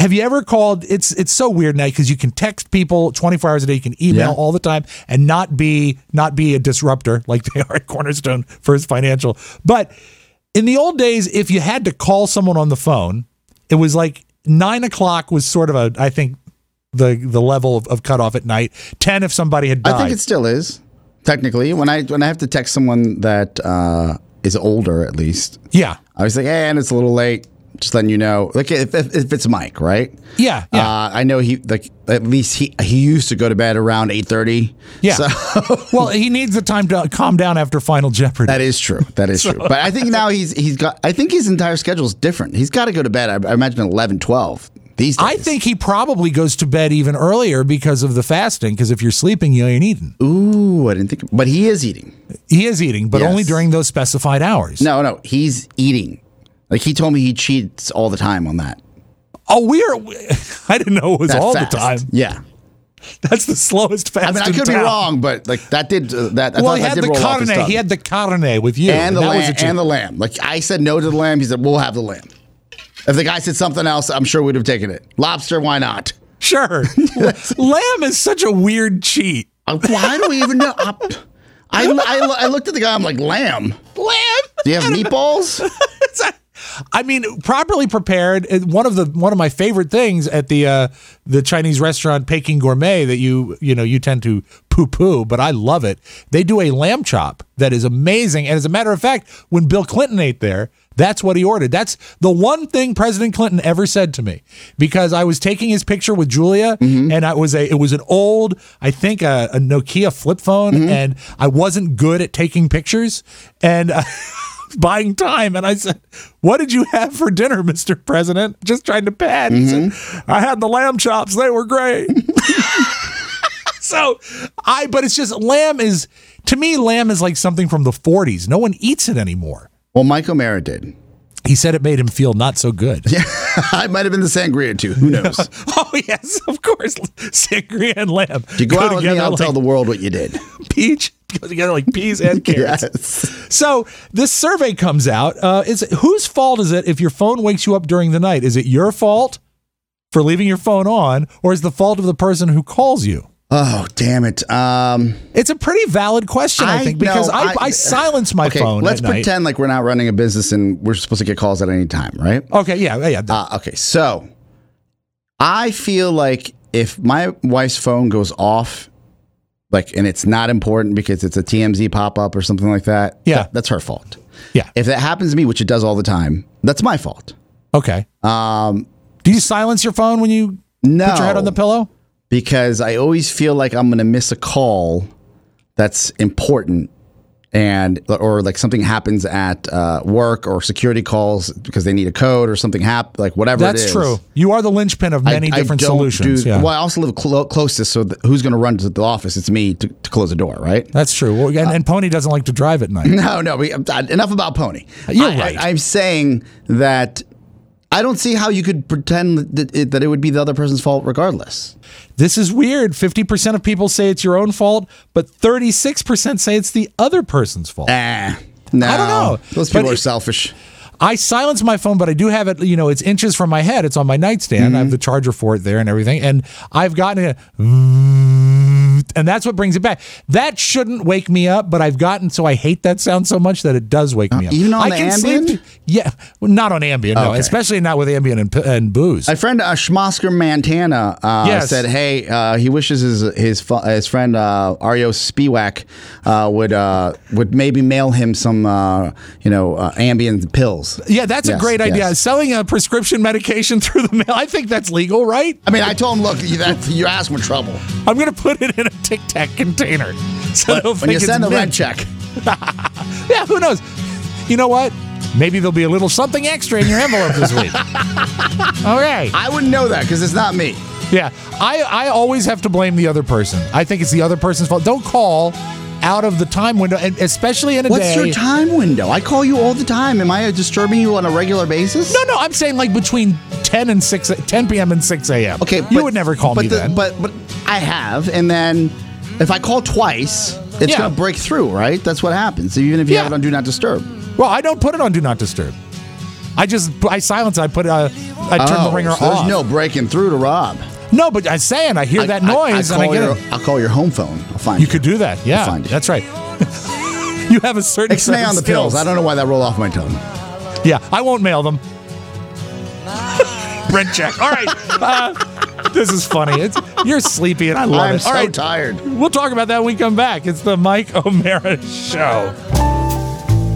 S3: Have you ever called? It's it's so weird now because you can text people 24 hours a day. You can email
S2: Yeah.
S3: all the time and not be not be a disruptor like they are at Cornerstone First Financial. But in the old days, if you had to call someone on the phone, it was like nine o'clock was sort of a I think the the level of, of cutoff at night. Ten if somebody had died.
S2: I think it still is technically. When I when I have to text someone that uh, is older, at least.
S3: Yeah.
S2: I was like, hey, and it's a little late. Just letting you know, like if, if, if it's Mike, right?
S3: Yeah,
S2: yeah. Uh, I know he like at least he he used to go to bed around eight thirty.
S3: Yeah.
S2: So
S3: well, he needs the time to calm down after Final Jeopardy.
S2: That is true. That is true. But I think now he's he's got. I think his entire schedule is different. He's got to go to bed. I, I imagine 11, 12 these days.
S3: I think he probably goes to bed even earlier because of the fasting. Because if you're sleeping, you ain't eating.
S2: Ooh, I didn't think. But he is eating.
S3: He is eating, but
S2: Yes.
S3: only during those specified hours.
S2: No, no, he's eating. Like he told me, he cheats all the time on that.
S3: Oh, we are. I didn't know it was
S2: That
S3: all
S2: fast.
S3: the time.
S2: Yeah.
S3: That's the slowest fast.
S2: I mean, I
S3: in
S2: could be
S3: town.
S2: wrong, but like that did uh, that. I
S3: well,
S2: thought
S3: he
S2: that
S3: had
S2: did
S3: the
S2: roll off his
S3: carne.
S2: tongue.
S3: He had the carne with you,
S2: and the
S3: that was
S2: lamb
S3: a treat.
S2: and the lamb. Like I said no to the lamb. He said we'll have the lamb. If the guy said something else, I'm sure we'd have taken it. Lobster, why not?
S3: Sure. lamb is such a weird cheat.
S2: Uh, Why do we even know? I, I, I, I looked at the guy. I'm like lamb.
S3: Lamb.
S2: Do you have meatballs?
S3: I mean, properly prepared. uh, One of the one of my favorite things at the uh, the Chinese restaurant Peking Gourmet that you you know you tend to poo poo, but I love it. They do a lamb chop that is amazing. And as a matter of fact, when Bill Clinton ate there, that's what he ordered. That's the one thing President Clinton ever said to me because I was taking his picture with Julia, and I was a it was an old I think a, a Nokia flip phone, and I wasn't good at taking pictures, and. Uh, buying time. And I said, What did you have for dinner, Mr. President? Just trying to pad. He
S2: Mm-hmm.
S3: said, I had the lamb chops. They were great. so I, but it's just lamb is, to me, lamb is like something from the 40s. No one eats it anymore.
S2: Well, Mike O'Mara did.
S3: He said it made him feel not so good.
S2: Yeah, I might have been the sangria too. Who knows? If
S3: Oh, yes, of course. Sangria and lamb.
S2: you go, out with me,
S3: together
S2: I'll
S3: like
S2: tell the world what you did.
S3: peach. Go together like peas and carrots.
S2: Yes.
S3: So this survey comes out. Uh, is whose fault is it if your phone wakes you up during the night? Is it your fault for leaving your phone on, or is the fault of the person who calls you?
S2: Oh damn it. Um,
S3: It's a pretty valid question, I, think, because
S2: know,
S3: I, I, silence my
S2: okay,
S3: phone.
S2: Let's
S3: at night.
S2: pretend like we're not running a business and we're supposed to get calls at any time, right?
S3: Okay, yeah, yeah.
S2: Uh, okay, so I feel like if my wife's phone goes off, like, and it's not important because it's a TMZ pop up or something like that, yeah, that's her fault.
S3: Yeah.
S2: If that happens to me, which it does all the time, that's my fault.
S3: Okay.
S2: Um,
S3: Do you silence your phone when you
S2: no,
S3: put your head on the pillow?
S2: Because I always feel like I'm going to miss a call that's important and or like something happens at uh, work or security calls because they need a code or something hap like whatever it
S3: That's
S2: is.
S3: true. You are the linchpin of many different solutions.
S2: Do,
S3: yeah.
S2: Well, I also live clo- closest, so th- who's going to run to the office? It's me to, to close the door, right? Uh,
S3: That's true. Well, and, and Pony doesn't like to drive at night. Uh,
S2: No, no. We, uh, enough about Pony.
S3: You're
S2: I,
S3: right.
S2: I, am saying that I don't see how you could pretend that it, that it would be the other person's fault, regardless.
S3: This is weird. 50% of people say it's your own fault, but 36% say it's the other person's fault.
S2: Ah, no.
S3: I don't know.
S2: Those
S3: But
S2: people are
S3: it-
S2: selfish.
S3: I silence my phone, but I do have it, you know, it's inches from my head. It's on my nightstand. I have
S2: Mm-hmm.
S3: the charger for it there and everything. And I've gotten it, and that's what brings it back. That shouldn't wake me up, but I've gotten so I hate that sound so much that it does wake me up.
S2: Uh, even on
S3: I
S2: the Ambien?
S3: Yeah, well, not on Ambien, no,
S2: Okay.
S3: especially not with Ambien and, p- and booze.
S2: My friend uh, Schmosker Montana uh,
S3: Yes.
S2: said, "Hey, uh, he wishes his his fu- his friend uh, Ario Spiewak uh, would uh, would maybe mail him some uh, you know uh, Ambien pills."
S3: Yeah, that's
S2: Yes,
S3: a great idea.
S2: yes.
S3: Selling a prescription medication through the mail, I think that's legal, right?
S2: I mean, I told him, "Look, you, that, you're asking for trouble."
S3: I'm going to put it in a Tic Tac container. So
S2: But
S3: they'll
S2: when
S3: think
S2: you
S3: it's
S2: send a red
S3: mint.
S2: check,
S3: Yeah, who knows? You know what? Maybe there'll be a little something extra in your envelope this week. All right.
S2: I wouldn't know that because it's not me.
S3: Yeah. I, I always have to blame the other person. I think it's the other person's fault. Don't call out of the time window, and especially in a
S2: What's
S3: day.
S2: your time window? I call you all the time. Am I uh, disturbing you on a regular basis?
S3: No, no, I'm saying like between 10 and 6, 10 p.m. and 6 a.m.
S2: Okay,
S3: you would never call
S2: but
S3: me
S2: the-
S3: then.
S2: But but I have, and then if I call twice, it's
S3: Yeah.
S2: gonna break through, right? That's what happens. Even if you
S3: Yeah.
S2: have it on Do Not Disturb.
S3: Well, I don't put it on Do Not Disturb. I just I silence. it. I put uh, I turn
S2: Oh,
S3: the ringer
S2: so there's
S3: off.
S2: no breaking through to Rob.
S3: no, but I'm saying I hear that noise
S2: I, I, I
S3: and I get
S2: your,
S3: it.
S2: I'll call your home phone. I'll find
S3: You
S2: you.
S3: could do that. Yeah,
S2: find it.
S3: that's right. you have a certain.
S2: Ixnay
S3: set
S2: on
S3: of
S2: the pills.
S3: skills.
S2: I don't know why that rolled off my tongue.
S3: Yeah, I won't mail them. Brent check. All right. Uh, this is funny. It's, you're sleepy and I love
S2: I'm
S3: it.
S2: so
S3: All right.
S2: tired.
S3: We'll talk about that when we come back. It's the Mike O'Mara Show.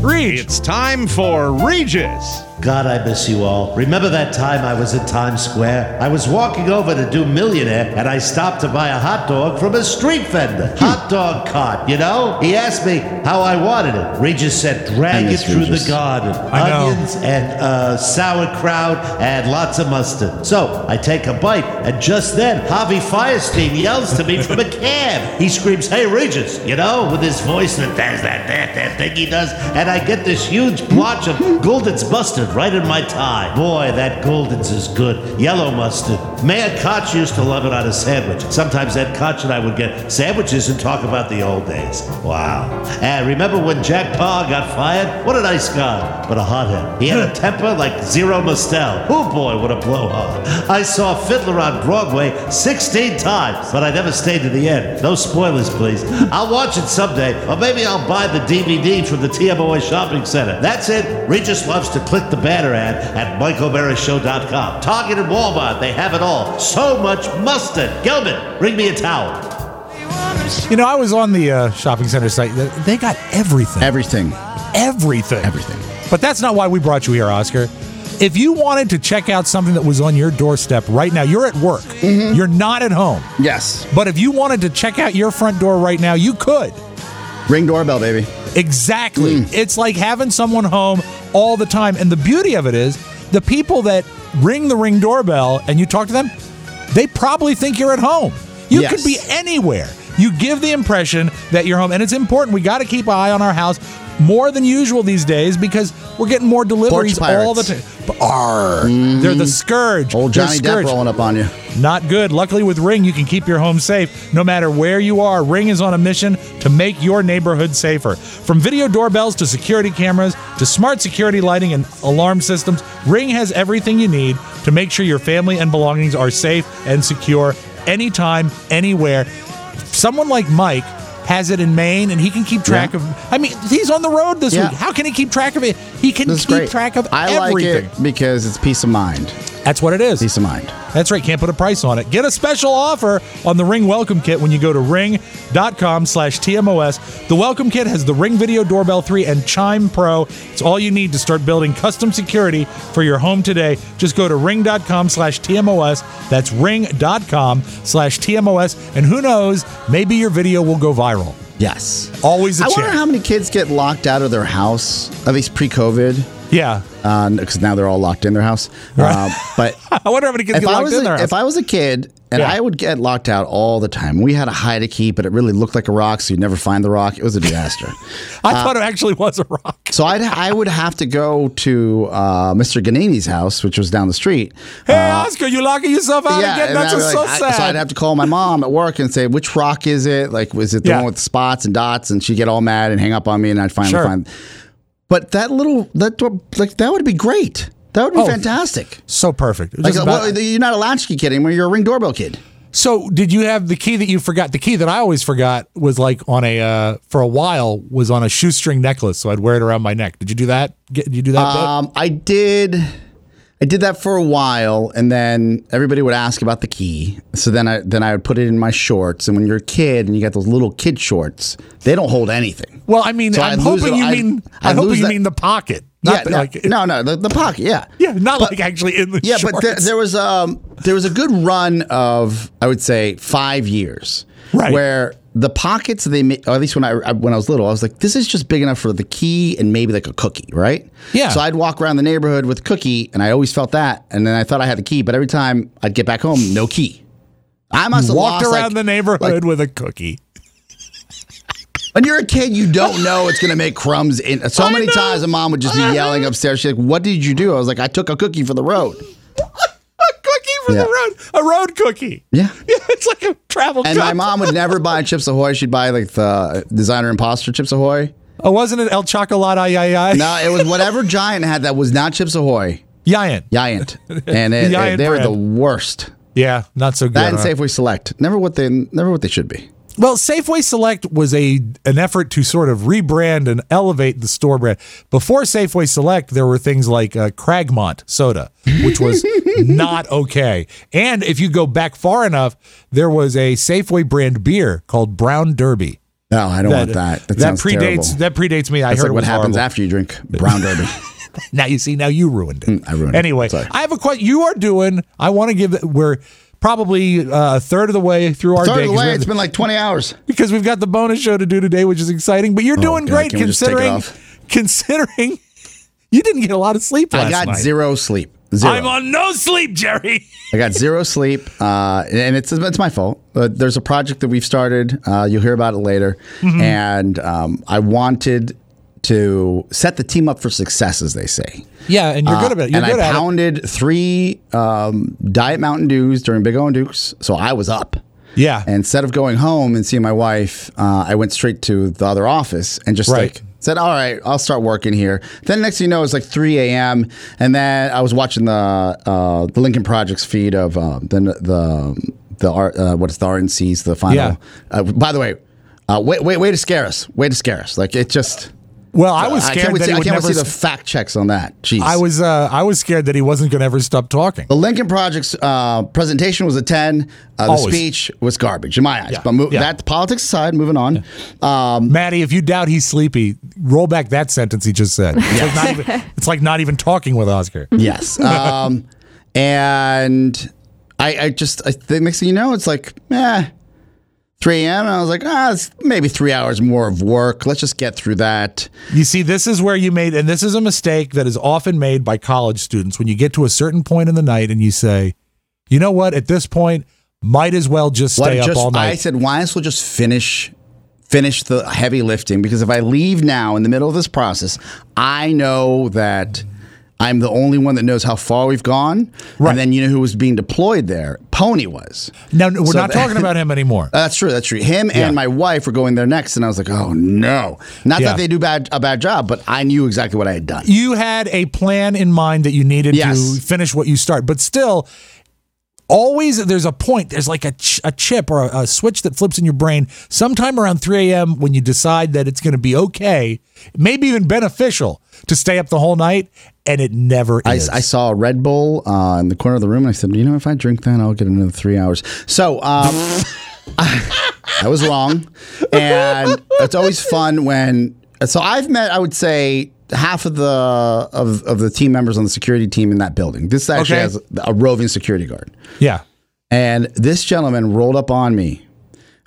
S3: Reach.
S6: It's time for Regis.
S8: God, I miss you all. Remember that time I was in Times Square? I was walking over to do Millionaire and I stopped to buy a hot dog from a street vendor.
S6: Hmm.
S8: Hot dog cart, you know? He asked me how I wanted it. Regis said, drag
S2: I
S8: it
S2: miss
S8: through
S2: Regis.
S8: the garden.
S3: I know.
S8: Onions and uh, sauerkraut and lots of mustard. So I take a bite and just then Javi Firestein yells to me from a cab. He screams, hey Regis, you know, with his voice that there's that, that, that thing he does. And I get this huge blotch of Golden's mustard right in my tie. Boy, that Golden's is good. Yellow mustard. Mayor Koch used to love it on a sandwich. Sometimes Ed Koch and I would get sandwiches and talk about the old days. Wow. And remember when Jack Parr got fired? What a nice guy, but a hothead. He had a temper like Zero Mostel. Oh boy, what a blowhard. I saw Fiddler on Broadway 16 times, but I never stayed to the end. No spoilers, please. I'll watch it someday, or maybe I'll buy the DVD from the TMOA shopping center. That's it. Regis loves to click the banner ad at michaelberryshow.com. Target and Walmart, they have it all. So much mustard. Gelman, bring me a towel.
S3: You know, I was on the uh, shopping center site. They- They got everything.
S2: Everything.
S3: everything.
S2: Everything.
S3: But that's not why we brought you here, Oscar. If you wanted to check out something that was on your doorstep right now, you're at work, you're not at home.
S2: Mm-hmm. Yes.
S3: But if you wanted to check out your front door right now, you could.
S2: Ring doorbell, baby. Mm.
S3: Exactly. It's like having someone home all the time. And the beauty of it is the people that ring the ring doorbell and you talk to them, they probably think you're at home. You
S2: Yes.
S3: could be anywhere. You give the impression that you're home. And it's important. We got to keep an eye on our house more than usual these days because we're getting more deliveries all the
S2: pirates. Mm-hmm.
S3: time. Arr. They're the scourge.
S2: Old
S3: They're
S2: Johnny Depp
S3: scourge.
S2: rolling up on you.
S3: Not good. Luckily, with Ring, you can keep your home safe no matter where you are. Ring is on a mission to make your neighborhood safer. From video doorbells to security cameras to smart security lighting and alarm systems, Ring has everything you need to make sure your family and belongings are safe and secure anytime, anywhere. Someone like Mike has it in Maine and he can keep track
S2: Yeah.
S3: of I mean he's on the road this
S2: Yeah.
S3: week. How can he keep track of it? He can
S2: This is
S3: keep
S2: great.
S3: track of
S2: I
S3: everything.
S2: like it because it's peace of mind.
S3: That's what it is. Peace
S2: of mind.
S3: That's right. Can't put a price on it. Get a special offer on the Ring Welcome Kit when you go to ring.com slash TMOS. The Welcome Kit has the Ring Video Doorbell 3 and Chime Pro. It's all you need to start building custom security for your home today. Just go to ring.com slash TMOS. That's ring.com slash TMOS. And who knows, maybe your video will go viral.
S2: Yes.
S3: Always a
S2: I wonder
S3: chance.
S2: how many kids get locked out of their house, at least pre-COVID.
S3: Yeah.
S2: Because now they're all locked in their house. Uh, but
S3: I wonder how many kids
S2: if
S3: get
S2: I
S3: locked
S2: was
S3: in
S2: a,
S3: their house.
S2: if I was a kid and
S3: Yeah.
S2: I would get locked out all the time, we had a hide a key, but it really looked like a rock, so you'd never find the rock. It was a disaster.
S3: I
S2: Uh,
S3: thought it actually was a rock.
S2: So I'd, I would have to go to uh, Mr. Ganini's house, which was down the street.
S3: Hey,
S2: Uh,
S3: Oscar, you locking yourself out again?
S2: and
S3: That's
S2: I'd be
S3: just so
S2: like- I-
S3: sad.
S2: so I'd have to call my mom at work and say, which rock is it? Like, was it the
S3: Yeah.
S2: one with the spots and dots? And she'd get all mad and hang up on me, and I'd finally
S3: Sure.
S2: find. But that little, that door- like that would be great. That would be
S3: Oh,
S2: fantastic.
S3: So perfect.
S2: Like, uh,
S3: Just about-
S2: well, you're not a latchkey kid anymore. You're a ring doorbell kid.
S3: So, did you have the key that you forgot? The key that I always forgot was like on a uh, for a while was on a shoestring necklace, so I'd wear it around my neck. Did you do that? Get- Did you do that? bit?
S2: Um, I did. I did that for a while, and then everybody would ask about the key. So then I then I would put it in my shorts. And when you're a kid and you got those little kid shorts, they don't hold anything.
S3: well, I mean,
S2: So
S3: I'm
S2: I'd lose
S3: hoping
S2: the-
S3: you
S2: I'd-
S3: mean
S2: I'd
S3: I'm hoping
S2: lose
S3: you
S2: that-
S3: mean the pocket,
S2: Yeah,
S3: not the,
S2: no,
S3: like
S2: no, no, the, the pocket. Yeah,
S3: yeah, not like actually in the
S2: yeah. But there,
S3: shorts.
S2: there was um there was a good run of I would say five years,
S3: Right.
S2: Where the pockets they made, or at least when I I- when I was little, I was like, this is just big enough for the key and maybe like a cookie, right?
S3: Yeah.
S2: So I'd walk around the neighborhood with a cookie, and I always felt that, and then I thought I had the key, but every time I'd get back home, no key. I must
S3: You
S2: have
S3: walked
S2: lost,
S3: around the
S2: like-
S3: neighborhood with a cookie.
S2: when you're a kid, you don't know it's gonna make crumbs in. So many times, a mom would just be yelling upstairs. She's like, "What did you do?" I was like, "I took a cookie for the road."
S3: A cookie from
S2: Yeah.
S3: the road, a road cookie.
S2: Yeah.
S3: Yeah, it's like a travel.
S2: And my
S3: cup.
S2: mom would never buy Chips Ahoy. She'd buy like the designer imposter Chips Ahoy.
S3: Oh, wasn't it El Chocolate? Ay, ay, ay.
S2: No, it was whatever Giant had that was not Chips Ahoy.
S3: Giant.
S2: Giant. And it,
S3: Giant
S2: it- they were
S3: brand.
S2: the worst.
S3: Yeah, not so good.
S2: That and
S3: huh?
S2: Safeway Select. Never what they never what they should be.
S3: Well, Safeway Select was a an effort to sort of rebrand and elevate the store brand. Before Safeway Select, there were things like uh, Cragmont soda, which was not okay. And if you go back far enough, there was a Safeway brand beer called Brown Derby.
S2: No, I don't want that. That, sounds
S3: predates
S2: terrible.
S3: that predates me. I
S2: That's
S3: heard
S2: like
S3: it
S2: what
S3: was
S2: happens
S3: horrible.
S2: after you drink brown derby.
S3: Now you see, now you ruined it.
S2: I ruined it.
S3: anyway,
S2: Sorry.
S3: I have a question. You are doing. I want to give. We're probably uh, a third of the way through our
S2: Third
S3: day.
S2: of the
S3: 'cause we
S2: way,
S3: have
S2: it's been like 20 hours. Oh,
S3: because we've got the bonus show to do today, which is exciting. But you're doing
S2: God,
S3: great
S2: can we just take it
S3: considering
S2: off?
S3: considering you didn't get a lot of sleep last
S2: I got
S3: night.
S2: zero sleep. Zero.
S3: I'm on no sleep, Jerry.
S2: I got zero sleep, uh, and it's it's my fault. But there's a project that we've started. Uh, you'll hear about it later, and um, I wanted to set the team up for success, as they say.
S3: Yeah, and you're
S2: Uh,
S3: good about it. You're
S2: and
S3: good
S2: I
S3: at it.
S2: pounded three um, Diet Mountain Dews during Big O and Dukes, so I was up.
S3: Yeah.
S2: And instead of going home and seeing my wife, uh, I went straight to the other office and just
S3: Right.
S2: like said, "All right, I'll start working here." Then next thing you know, it's like 3 a.m. And then I was watching the uh, the Lincoln Project's feed of uh, the the the R, uh, what is the RNC's the final.
S3: Yeah.
S2: Uh, by the way, uh, wait, wait, way to scare us! Way to scare us! Like it just.
S3: Well, I was
S2: I can't
S3: scared
S2: wait
S3: that
S2: to-
S3: he
S2: I
S3: would
S2: can't wait
S3: never.
S2: to see the fact checks on that. Jeez.
S3: I was uh, I was scared that he wasn't going to ever stop talking.
S2: The Lincoln Project's uh, presentation was a 10. Uh, the
S3: Always.
S2: speech was garbage in my eyes.
S3: Yeah,
S2: But mo-
S3: yeah.
S2: that politics aside, moving on. Um,
S3: Maddie, if you doubt he's sleepy, roll back that sentence he just said. It's, like, not even, it's like not even talking with Oscar.
S2: yes. Um, and I, I just, I, the next thing you know, it's like, eh, 3 a.m. And I was like, ah, it's maybe three hours more of work. Let's just get through that.
S3: You see, this is where you made, and this is a mistake that is often made by college students when you get to a certain point in the night and you say, you know what, at this point, might as well just
S2: What
S3: stay up
S2: just-
S3: all
S2: I
S3: night.
S2: said, why as well just finish finish the heavy lifting because if I leave now in the middle of this process, I know that I'm the only one that knows how far we've gone.
S3: Right.
S2: And then you know who was being deployed there? Pony was.
S3: No, no, we're
S2: So
S3: not
S2: that-
S3: talking about him anymore.
S2: Uh, That's true. That's true. Him
S3: Yeah.
S2: and my wife were going there next, and I was like, "Oh no!" Not
S3: Yeah.
S2: that they do bad a bad job, but I knew exactly what I had done.
S3: you had a plan in mind that you needed
S2: Yes.
S3: to finish what you start, but still, always there's a point there's like a, ch- a chip or a, a switch that flips in your brain sometime around 3 a.m when you decide that it's going to be okay maybe even beneficial to stay up the whole night and it never
S2: I,
S3: is
S2: I saw a Red Bull uh, in the corner of the room, and I said, "You know, if I drink that, I'll get another three hours." So um, I was wrong, and it's always fun when. So I've met, I would say, half of the of, of the team members on the security team in that building. This actually
S3: Okay.
S2: has a roving security guard.
S3: yeah
S2: And this gentleman rolled up on me.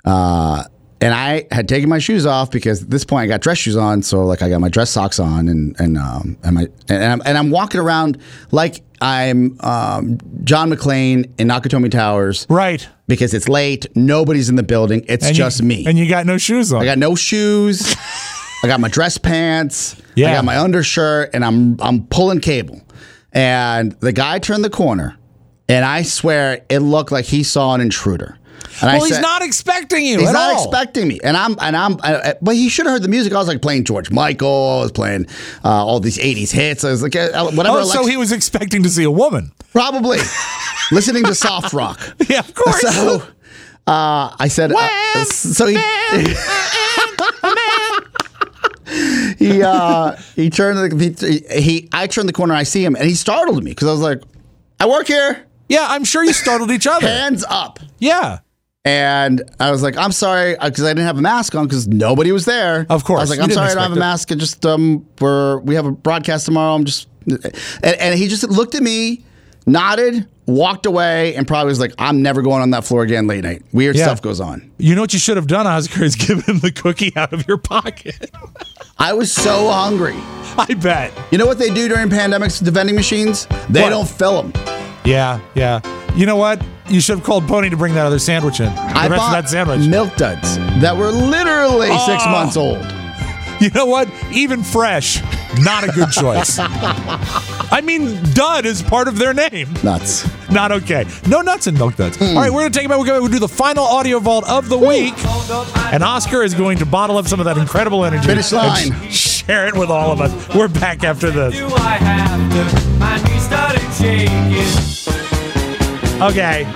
S2: Uh, and I had taken my shoes off because at this point I got dress shoes on. So like I got my dress socks on and, and, um, and my, and I'm, and I'm walking around like I'm, um, John McClane in Nakatomi Towers.
S3: Right.
S2: Because it's late. Nobody's in the building. It's
S3: And you-
S2: just me.
S3: and you got no shoes on
S2: I got no shoes. I got my dress pants. I
S3: Yeah.
S2: got my undershirt, and I'm I'm pulling cable. And the guy turned the corner, and I swear it looked like he saw an intruder. And I
S3: well he's
S2: said-
S3: not expecting you
S2: He's
S3: at
S2: not
S3: all.
S2: expecting me, and I'm and I'm. I, I- but he should have heard the music. I was like playing George Michael. I was playing uh, all these '80s hits. I was like uh, whatever.
S3: oh so
S2: Alexa-
S3: he was expecting to see a woman
S2: Probably. Listening to soft rock.
S3: Yeah, of course.
S2: So uh, I said, uh, so he. he uh, he turned the he, he I turned the corner. I see him, and he startled me because I was like, "I work here."
S3: Yeah, I'm sure you startled each other.
S2: Hands up.
S3: Yeah.
S2: And I was like, "I'm sorry," because I didn't have a mask on because nobody was there. Of
S3: course,
S2: I was like,
S3: you
S2: "I'm
S3: didn't
S2: sorry, I don't have a
S3: expect it.
S2: mask. I just um, we're we have a broadcast tomorrow. I'm just," and, and he just looked at me, nodded, walked away, and probably was like, "I'm never going on that floor again late night. Weird
S3: Yeah.
S2: stuff goes on."
S3: you know what you should have done oscar is given him the cookie out of your pocket
S2: I was so hungry.
S3: I bet.
S2: You know what they do during pandemics to vending machines? They
S3: What?
S2: don't fill them.
S3: yeah yeah you know what you should have called pony to bring that other sandwich in the
S2: I
S3: rest of
S2: bought
S3: that sandwich
S2: milk duds that were literally six
S3: Oh.
S2: months old.
S3: You know what? Even fresh, not a good choice. I mean, dud is part of their name.
S2: Nuts. Hmm.
S3: Not okay. No nuts in milk duds. All right, we're gonna take a break. We're gonna do the final audio vault of the week, and Oscar is going to bottle up some of that incredible energy.
S2: Finish line.
S3: and sh- share it with all of us. We're back after this.
S13: I have to? My knees started shaking.
S3: Okay.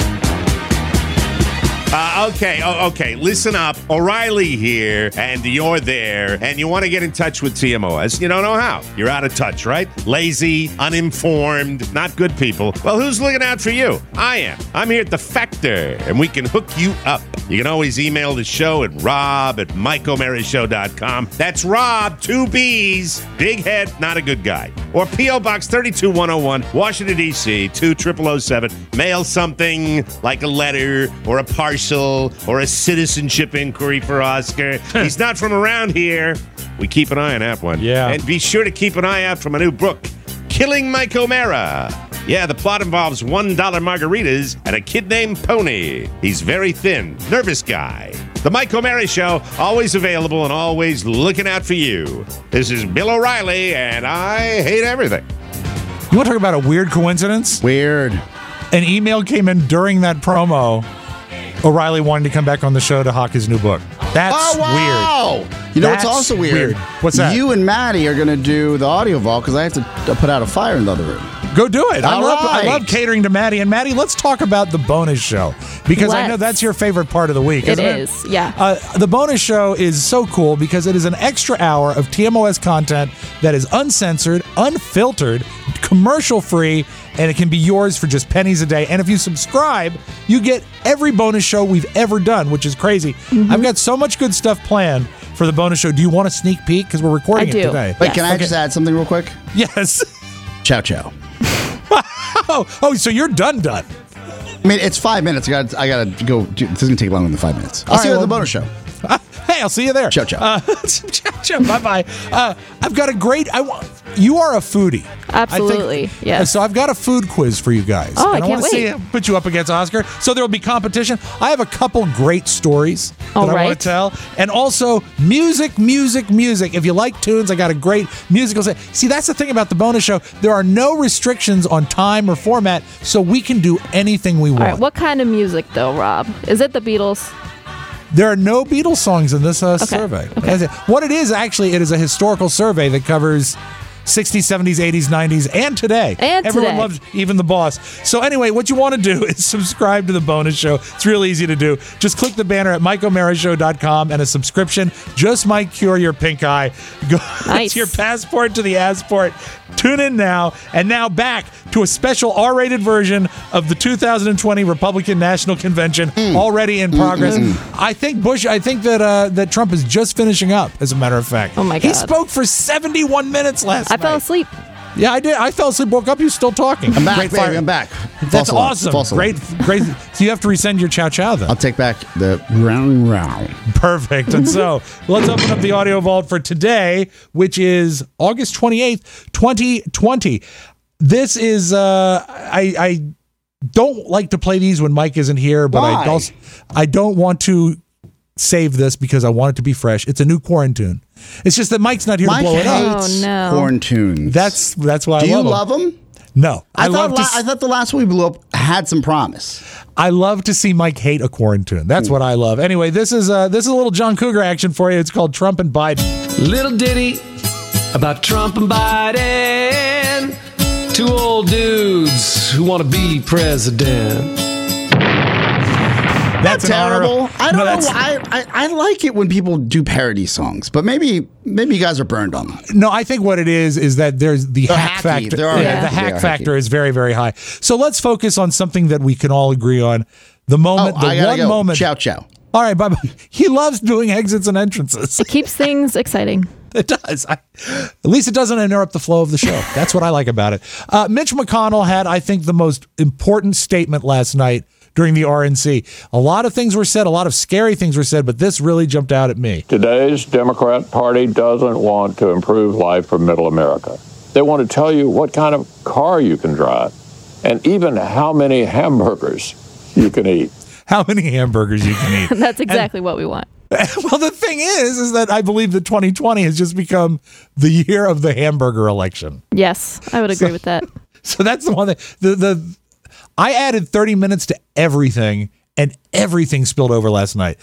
S6: Uh, okay, oh, okay. Listen up. O'Reilly here, and you're there, and you want to get in touch with TMOS. You don't know how. You're out of touch, right? Lazy, uninformed, not good people. Well, who's looking out for you? I am. I'm here at The Factor, and we can hook you up. You can always email the show at rob at michaelmaryshow.com. That's Rob, two B's, big head, not a good guy. Or P.O. Box 32101, Washington, D.C., 20007. Mail something like a letter or a parcel or a citizenship inquiry for Oscar. He's not from around here. We keep an eye on that one. Yeah. And be sure to keep an eye out for my new book. Killing Mike O'Mara. Yeah, the plot involves $1 margaritas and a kid named Pony. He's very thin, nervous guy. The Mike O'Mara Show, always available and always looking out for you. This is Bill O'Reilly, and I hate everything.
S3: You want to talk about a weird coincidence?
S2: Weird.
S3: An email came in during that promo. O'Reilly wanted to come back on the show to hawk his new book. That's
S2: oh, wow.
S3: weird.
S2: You know
S3: That's
S2: what's also weird?
S3: What's that?
S2: You and Maddie are going to do the audio vault because I have to uh, put out a fire in the other room.
S3: Go do it. I
S2: All
S3: love,
S2: right.
S3: I love catering to Maddie. And Maddie, let's talk about the bonus show because I know
S4: Let's.
S3: that's your favorite part of the week.
S4: It
S3: Isn't it
S4: is, yeah.
S3: Uh, the bonus show is so cool because it is an extra hour of TMOS content that is uncensored, unfiltered, commercial free, and it can be yours for just pennies a day. And if you subscribe, you get every bonus show we've ever done, which is crazy.
S2: Mm-hmm.
S3: I've got so much good stuff planned for the bonus show. Do you want a sneak peek? Because we're recording it today.
S2: Wait, can I just add something real quick?
S3: Yes.
S2: Ciao, ciao.
S3: oh, oh, so you're done, done.
S2: I mean, it's five minutes. I got. I got to go. Dude, This is gonna take longer than five minutes. I'll
S3: All
S2: see
S3: right,
S2: you at
S3: well-
S2: the bonus show.
S3: hey, I'll see you there.
S2: Ciao, ciao.
S3: Uh, ciao, ciao. Bye, bye. Uh, I've got a great. I want. You are a foodie. I think-
S4: Absolutely, yes.
S3: So I've got a food quiz for you guys.
S4: Oh, I
S3: and I
S4: can't
S3: wanna see
S4: wait.
S3: uh, put you up against Oscar. So there will be competition. I have a couple great stories
S4: All
S3: that I
S4: right.
S3: want to tell, and also music, music, music. If you like tunes, I got a great musical set. See, that's the thing about the bonus show. There are no restrictions on time or format, so we can do anything we want.
S4: All right, what kind of music though, Rob? Is it the Beatles?
S3: There are no Beatles songs in this uh,
S4: Okay.
S3: survey. That's it. What it is actually, it is a historical survey that covers 60s, 70s, 80s, 90s, and today.
S4: And
S3: Everyone
S4: today.
S3: loves even the boss. So anyway, what you want to do is subscribe to the bonus show. It's real easy to do. Just click the banner at MikeOmaraShow.com and a subscription just might cure your pink eye. Go, it's
S11: Nice.
S3: your passport to the Asport. Tune in now. And now back to a special R-rated version of the 2020 Republican National Convention
S2: Mm.
S3: already in progress. I think Bush. I think that uh, that Trump is just finishing up. As a matter of fact. Oh my He
S4: God.
S3: spoke for 71 minutes last
S4: I
S3: night.
S4: fell asleep.
S3: Yeah, I did. I fell asleep, woke up. You're still talking.
S2: I'm back,
S3: Great
S2: baby,
S3: fire-
S2: I'm back. False
S3: That's
S2: alarm,
S3: awesome.
S2: false alarm.
S3: Great, great. So you have to resend your chow chow then.
S2: I'll take back the round round.
S3: Perfect. And so let's open up the audio vault for today, which is August 28th, 2020. This is, uh, I, I don't like to play these when Mike isn't here, but I
S2: Why?
S3: don't, I don't want to save this because I want it to be fresh. It's a new quarantine. It's just that Mike's not here
S2: Mike
S3: to blow it up.
S2: hates Oh, no. quarantunes.
S3: That's, that's why
S2: Do
S3: I
S2: you
S3: love,
S2: love them?
S3: No.
S2: I, thought
S3: love
S2: la-
S3: to s-
S2: I thought the last one we blew up had some promise. Hmm.
S3: I love to see Mike hate a quarantine. That's what I love. Anyway, this is uh, this is a little John Cougar action for you. It's called Trump and Biden.
S14: Little ditty about Trump and Biden. Two old dudes who want to be president.
S3: That's
S2: terrible. I
S14: No,
S2: don't know.
S14: that's-
S2: why- I, I I like it when people do parody songs, but maybe maybe you guys are burned on them.
S3: No, I think what it is is that there's the
S2: They're
S3: hack
S2: hacky.
S3: factor.
S2: They're all
S3: Yeah,
S2: hacky.
S3: The hack
S2: They are
S3: factor is very very high. So let's focus on something that we can all agree on. The moment,
S2: Oh,
S3: the
S2: I gotta
S3: one
S2: go.
S3: moment.
S2: Ciao, ciao.
S3: All right, bye bye. He loves doing exits and entrances.
S4: It keeps things exciting.
S3: It does. I, at least it doesn't interrupt the flow of the show. That's what I like about it. Uh, Mitch McConnell had, I think, the most important statement last night during the RNC. A lot of things were said, a lot of scary things were said, but this really jumped out at me.
S15: Today's Democrat Party doesn't want to improve life for middle America. They want to tell you what kind of car you can drive and even how many hamburgers you can eat.
S3: How many hamburgers you can eat?
S4: That's exactly what we want.
S3: well, the thing is, is that I believe that 2020 has just become the year of the hamburger election.
S4: Yes, I would agree with that.
S3: So that's the one that the the I added 30 minutes to everything and everything spilled over last night.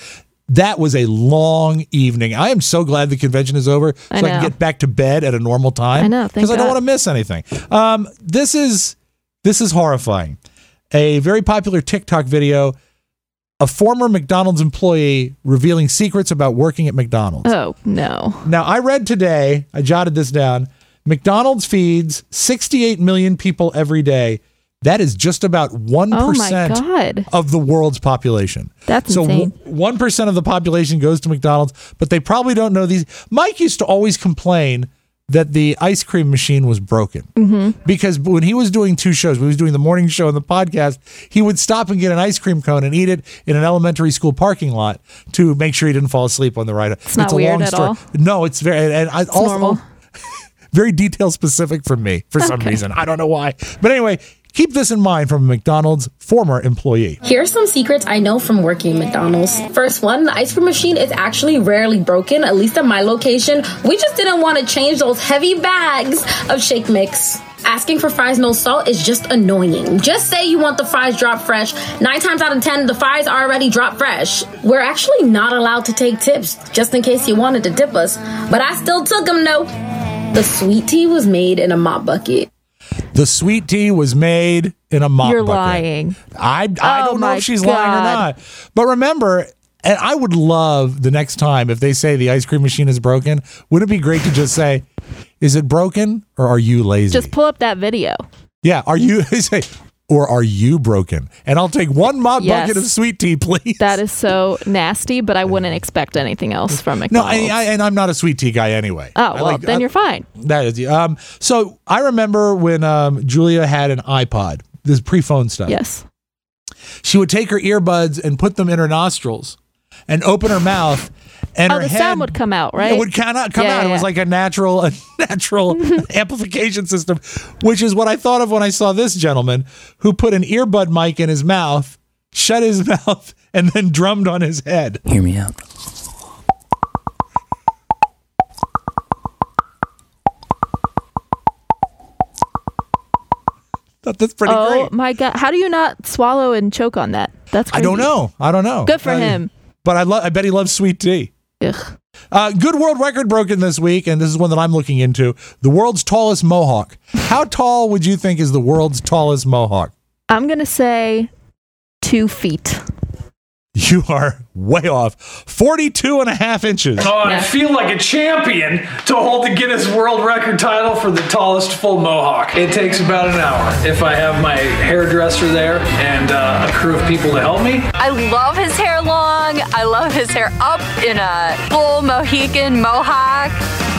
S3: That was a long evening. I am so glad the convention is over so
S11: I
S3: I, can
S11: know.
S3: get back to bed at a normal time.
S11: I know, thank
S3: Because I don't
S11: God.
S3: want to miss anything. Um, this is this is horrifying. A very popular TikTok video, a former McDonald's employee revealing secrets about working at McDonald's.
S4: Oh, no.
S3: Now, I read today, I jotted this down. McDonald's feeds 68 million people every day. That is just about 1%
S4: Oh God.
S3: of the world's population.
S4: That's
S3: so
S4: insane.
S3: w- 1% of the population goes to McDonald's, but they probably don't know these. Mike used to always complain that the ice cream machine was broken
S11: Mm-hmm.
S3: because when he was doing two shows, we was doing the morning show and the podcast, he would stop and get an ice cream cone and eat it in an elementary school parking lot to make sure he didn't fall asleep on the ride. It's,
S4: not weird at all.
S3: No, it's very and, and I also
S4: normal.
S3: very detail specific for me for some reason. I don't know why. But anyway, keep this in mind from a McDonald's former employee.
S16: Here are some secrets I know from working at McDonald's. First one, the ice cream machine is actually rarely broken, at least at my location. We just didn't want to change those heavy bags of shake mix. Asking for fries no salt is just annoying. Just say you want the fries drop fresh. Nine times out of ten, the fries are already drop fresh. We're actually not allowed to take tips, just in case you wanted to dip us. But I still took them though. The sweet tea was made in a mop bucket.
S3: The sweet tea was made in a mop
S4: You're
S3: bucket.
S4: lying.
S3: I, I
S4: Oh
S3: don't know
S4: my
S3: if she's lying or
S4: God.
S3: not. But remember, and I would love the next time if they say the ice cream machine is broken, would it be great to just say, is it broken or are you lazy?
S4: Just pull up that video.
S3: yeah, are you say or are you broken? And I'll take one mop
S4: Yes.
S3: bucket of sweet tea, please.
S4: That is so nasty, but I wouldn't expect anything else from
S3: no,
S4: McDonald's.
S3: I, I, and I'm not a sweet tea guy anyway.
S4: oh,
S3: I
S4: well,
S3: like-
S4: then
S3: I-
S4: you're fine.
S3: That is, um. So I remember when um Julia had an iPod, this pre-phone stuff.
S4: Yes.
S3: She would take her earbuds and put them in her nostrils, and open her mouth, and
S4: oh,
S3: her
S4: the
S3: head
S4: sound would come out, right?
S3: It would kind of come
S4: Yeah,
S3: out. It
S4: yeah,
S3: was
S4: yeah.
S3: like a natural, a natural amplification system, which is what I thought of when I saw this gentleman who put an earbud mic in his mouth, shut his mouth, and then drummed on his head.
S14: Hear me out.
S3: Thought that's pretty
S4: oh,
S3: great.
S4: my God. How do you not swallow and choke on that? That's
S3: I
S4: crazy.
S3: don't know. I don't know.
S4: Good for
S3: I-
S4: him.
S3: But I love. I bet he loves sweet tea.
S4: Ugh.
S3: Uh, good world record broken this week, and this is one that I'm looking into. The world's tallest mohawk. How tall would you think is the world's tallest mohawk?
S4: I'm going to say two feet.
S3: You are way off. 42 and a half inches.
S17: Oh, and I feel like a champion to hold the Guinness World Record title for the tallest full mohawk. It takes about an hour if I have my hairdresser there and uh, a crew of people to help me.
S18: I love his hair long. I love his hair up in a full Mohican mohawk.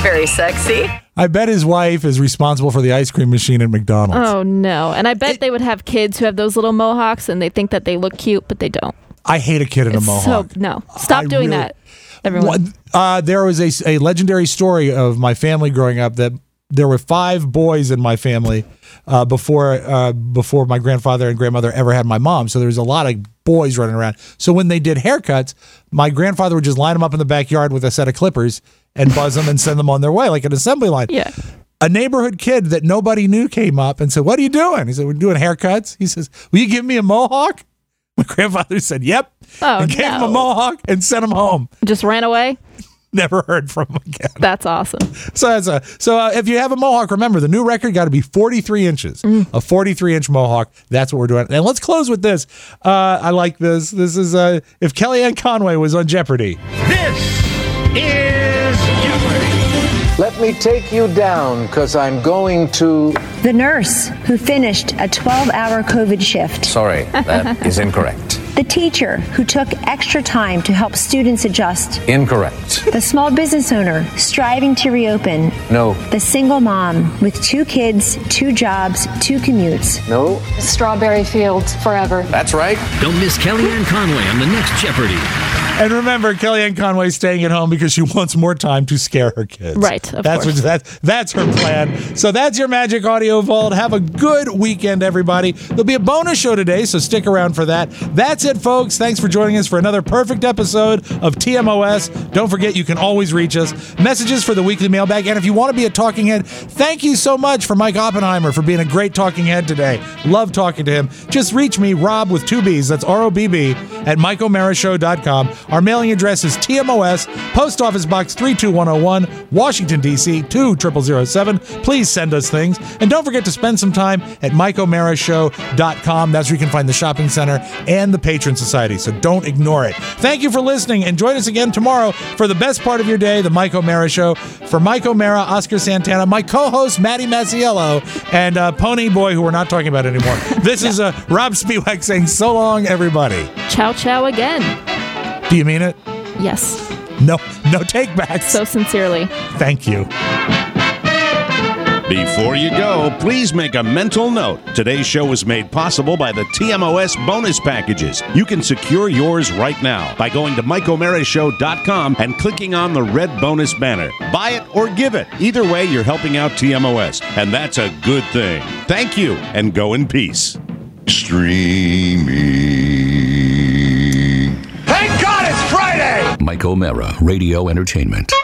S18: Very sexy.
S3: I bet his wife is responsible for the ice cream machine at McDonald's.
S4: Oh no! And I bet they would have kids who have those little mohawks, and they think that they look cute, but they don't.
S3: I hate a kid in a mohawk.
S4: So no, stop doing
S3: really-
S4: that, everyone.
S3: What- uh, there was a, a legendary story of my family growing up that there were five boys in my family uh, before uh, before my grandfather and grandmother ever had my mom. So there was a lot of boys running around. So when they did haircuts, my grandfather would just line them up in the backyard with a set of clippers and buzz them and send them on their way like an assembly line.
S4: Yeah.
S3: A neighborhood kid that nobody knew came up and said, "What are you doing?" He said, "We're doing haircuts." He says, "Will you give me a mohawk?" My grandfather said, "Yep."
S4: Oh,
S3: and gave him
S4: no.
S3: a mohawk and sent him home.
S4: Just ran away.
S3: Never heard from him again.
S4: That's awesome.
S3: So that's a so uh, if you have a mohawk, remember the new record got to be 43 inches.
S4: Mm.
S3: A 43 inch mohawk. That's what we're doing. And let's close with this. Uh, I like this. This is uh, if Kellyanne Conway was on Jeopardy.
S9: Is
S19: Let me take you down, because I'm going to.
S20: The nurse who finished a 12 hour COVID shift.
S19: Sorry, that is incorrect.
S20: The teacher who took extra time to help students adjust.
S19: Incorrect.
S20: The small business owner striving to reopen.
S19: No.
S20: The single mom with two kids, two jobs, two commutes.
S19: No.
S20: Strawberry fields forever.
S19: That's right.
S21: Don't miss Kellyanne Conway on the next Jeopardy.
S3: And remember, Kellyanne Conway staying at home because she wants more time to scare her kids.
S4: Right, of
S3: that's
S4: course.
S3: what that's that's her plan. So that's your Magic Audio Vault. Have a good weekend, everybody. There'll be a bonus show today, so stick around for that. That's it, folks. Thanks for joining us for another perfect episode of TMOS. Don't forget, you can always reach us. Messages for the weekly mailbag, and if you want to be a talking head, thank you so much for Mike Oppenheimer for being a great talking head today. Love talking to him. Just reach me, Rob with two B's. That's R O B B at michaelmarishow.com. Our mailing address is TMOS, Post Office Box 32101, Washington, D.C. 20007. Please send us things. And don't forget to spend some time at michaelmarishow.com. That's where you can find the shopping center and the patron society. So don't ignore it. Thank you for listening and join us again tomorrow for the best part of your day, the Mike O'Mara Show. For Mike O'Mara, Oscar Santana, my co host, Maddie Massiello, and uh, Pony Boy, who we're not talking about anymore. This is uh, Rob Spiewak saying so long, everybody.
S4: Chow chow again.
S3: Do you mean it?
S4: Yes.
S3: No, no take backs.
S4: So sincerely.
S3: Thank you.
S6: Before you go, please make a mental note. Today's show was made possible by the TMOS bonus packages. You can secure yours right now by going to MikeO'MaraShow.com and clicking on the red bonus banner. Buy it or give it. Either way, you're helping out TMOS, and that's a good thing. Thank you, and go in peace. Streaming.
S9: Thank God it's Friday!
S1: Mike O'Mara, Radio Entertainment.